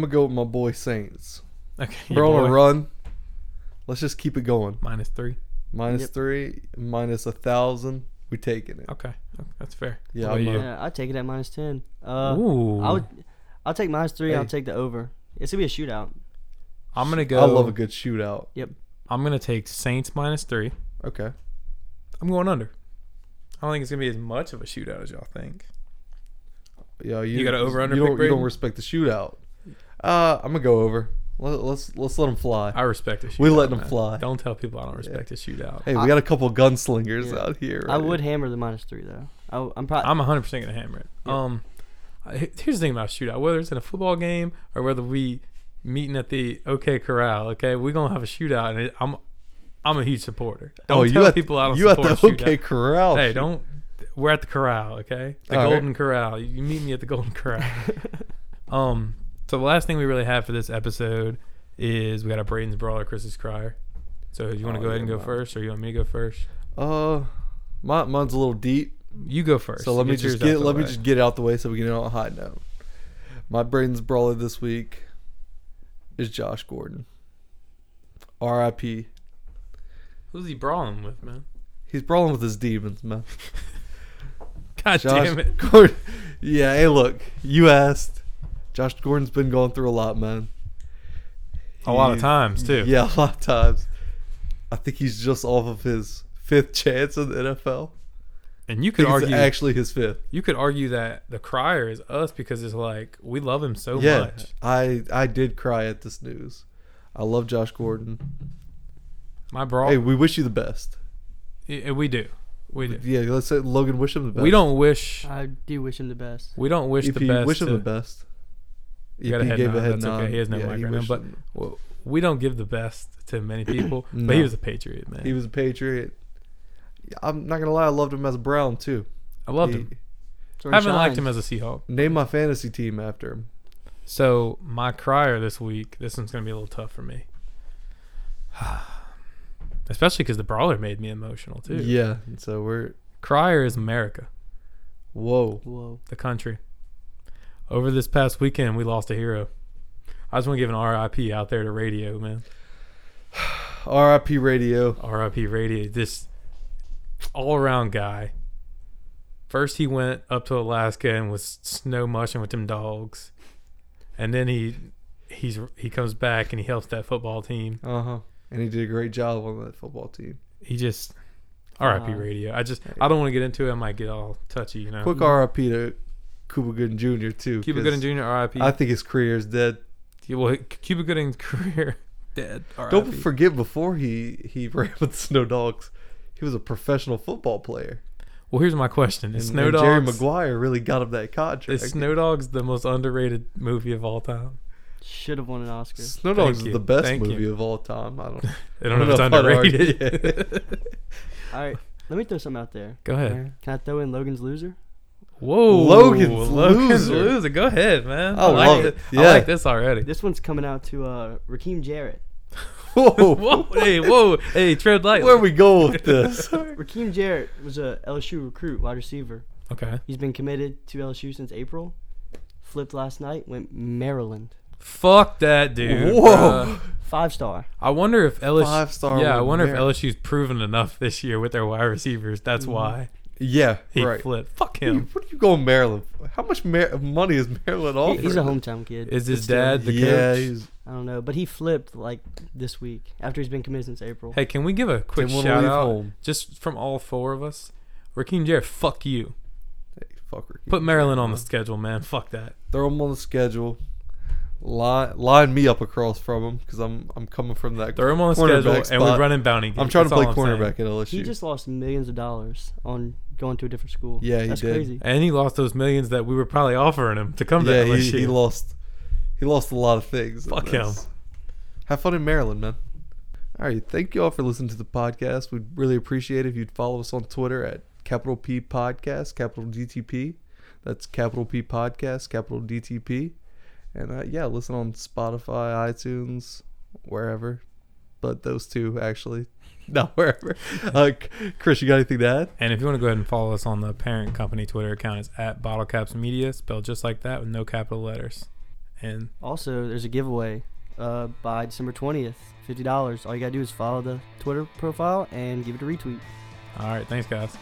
gonna go with my boy Saints. Okay, We're your on a boy. run. Let's just keep it going. Minus three. Minus Yep. three, minus a thousand. We taking it. Okay, okay, that's fair. Yeah, What about I'm, uh, you? Yeah, I take it at minus ten. Uh, Ooh, I would, I'll take minus three. I'll Hey. take the over. It's gonna be a shootout. I'm gonna go. I love a good shootout. I'm gonna take Saints minus three. Okay. I'm going under. I don't think it's gonna be as much of a shootout as y'all think. Yeah, you, You got a over-under You pick, don't, you don't Braden? respect the shootout. Uh, I'm gonna go over. Let, let's let's let them fly. I respect a shootout. We letting 'em man. fly. Don't tell people I don't respect a shootout. Hey, we I- got a couple gunslingers Yeah. out here. I right? would hammer the minus three though. I, I'm probably. I'm 100 percent gonna hammer it. Um, I- here's the thing about shootout. Whether it's in a football game or whether we meeting at the OK Corral, okay, we're gonna have a shootout, and it, I'm I'm a huge supporter. Don't Oh, you tell at- people I don't you at support the a [LAUGHS] shootout. OK Corral? Hey, shoot- don't. We're at the corral, okay? The All right. Golden Corral. You meet me at the [LAUGHS] Golden Corral. um. So the last thing we really have for this episode is we got a Braden's brawler, Chris's crier. So you want to Oh, go ahead yeah, and go mine. first, or you want me to go first? Uh, my, mine's a little deep. You go first. So let me yours just out get the let me way. just get it out the way so we can get it on a high note. My brain's brawler this week is Josh Gordon. R.I.P. Who's he brawling with, man? He's brawling with his demons, [LAUGHS] man. God Josh damn it! Gordon. Yeah, hey, look, you asked. Josh Gordon's been going through a lot, man. A lot of He's- times too. Yeah, a lot of times. I think he's just off of his fifth chance in the NFL. And you I think could it's argue actually his fifth. you could argue that the crier is us because it's like we love him so yeah, much. I I did cry at this news. I love Josh Gordon. My brawl, Hey, we wish you the best. yeah, we do, we do. Yeah, let's say Logan wish him the best. We don't wish I do wish him the best. we don't wish EP, the best. wish him to- the best. You got a EP head nod, that's okay. He has no mic he right now, wished but- him- Well, we don't give the best to many people, but No. he was a patriot, man. he was a Patriot. I'm not gonna lie, I loved him as a Brown too. I loved He- him. Jordan Haven't liked Shines. him as a Seahawk. Named my fantasy team after him. So my crier this week, this one's gonna be a little tough for me, [SIGHS] especially because the brawler made me emotional too. Yeah. and So we're Crier is America, whoa. Whoa. the country. Over this past weekend, we lost a hero. I just want to give an RIP out there to radio, man. R.I.P. Radio. RIP Radio, this all around guy. First, he went up to Alaska and was snow mushing with them dogs, and then he he's he comes back and he helps that football team. Uh huh. And he did a great job on that football team. He just RIP Uh, Radio. I just I don't want to get into it. I might get all touchy, you know. Quick R.I.P. to Cuba Gooden Jr. too. Mm-hmm. Cuba 'cause Gooding Jr. RIP. I think his career is dead. Yeah, well, Cuba Gooding's [LAUGHS] career dead. RIP. Don't forget before he he [LAUGHS] ran with the Snow Dogs, he was a professional football player. Well, here's my question: And, Is Snow and Jerry Dogs Maguire really got him that contract. is Snow Dogs the most underrated movie of all time? Should have won an Oscar. Snow Dogs is Thank you. the best Thank movie you. of all time. I [LAUGHS] don't, I don't know if it's I'd argue. underrated. [LAUGHS] All right, let me throw something out there. Go ahead. Alright, Can I throw in Logan's loser? Whoa, Logan's loser. Go ahead, man. I like love it. it. I Yeah. like this [LAUGHS] already. This one's coming out to uh, Raheem Jarrett. Whoa, [LAUGHS] Whoa, hey, whoa, hey, tread [LAUGHS] lightly. where we go [LAUGHS] with this? Raheem Jarrett was a LSU recruit, wide receiver. Okay, He's been committed to LSU since April. Flipped last night, went Maryland. fuck that, dude. Whoa. bruh. Five star. I wonder if LSU. Five star Yeah, I with wonder merit. if LSU's proven enough this year with their wide receivers. That's why yeah, he Mm-hmm. right. flipped. Fuck Dude, him. What are you going Maryland? for? How much Mar- money is Maryland He- offering? he's a hometown kid. Oh. Is but his still, dad the yeah, coach? he's I don't know, but he flipped like this week after he's been committed since April. Hey, can we give a quick Didn't wanna shout leave out home. just from all four of us? Raheem Jarrett, fuck you. hey, fucker. Put Maryland on the schedule, man. Fuck that. Throw him on the schedule. line line me up across from him because I'm I'm coming from that. Throw him on the schedule, Cornerback and we're spot. running bounty. Gates. I'm trying to That's play all I'm saying. cornerback at LSU. He just lost millions of dollars on going to a different school. Yeah, he That's did. crazy. And he lost those millions that we were probably offering him to come yeah, to he, LSU. he lost. He lost a lot of things. in Fuck this. Have fun in Maryland, man. All right, thank you all for listening to the podcast. We'd really appreciate it if you'd follow us on Twitter at capital P podcast, capital DTP. That's capital P podcast, capital DTP. And uh, yeah, listen on Spotify, iTunes, wherever. But those two actually, [LAUGHS] not wherever. Uh, C- Chris, you got anything to add? And if you want to go ahead and follow us on the parent company Twitter account, it's at Bottle Caps Media, spelled just like that with no capital letters. And Also, there's a giveaway uh, by December 20th. $50. All you got to do is follow the Twitter profile and give it a retweet. all right, thanks guys.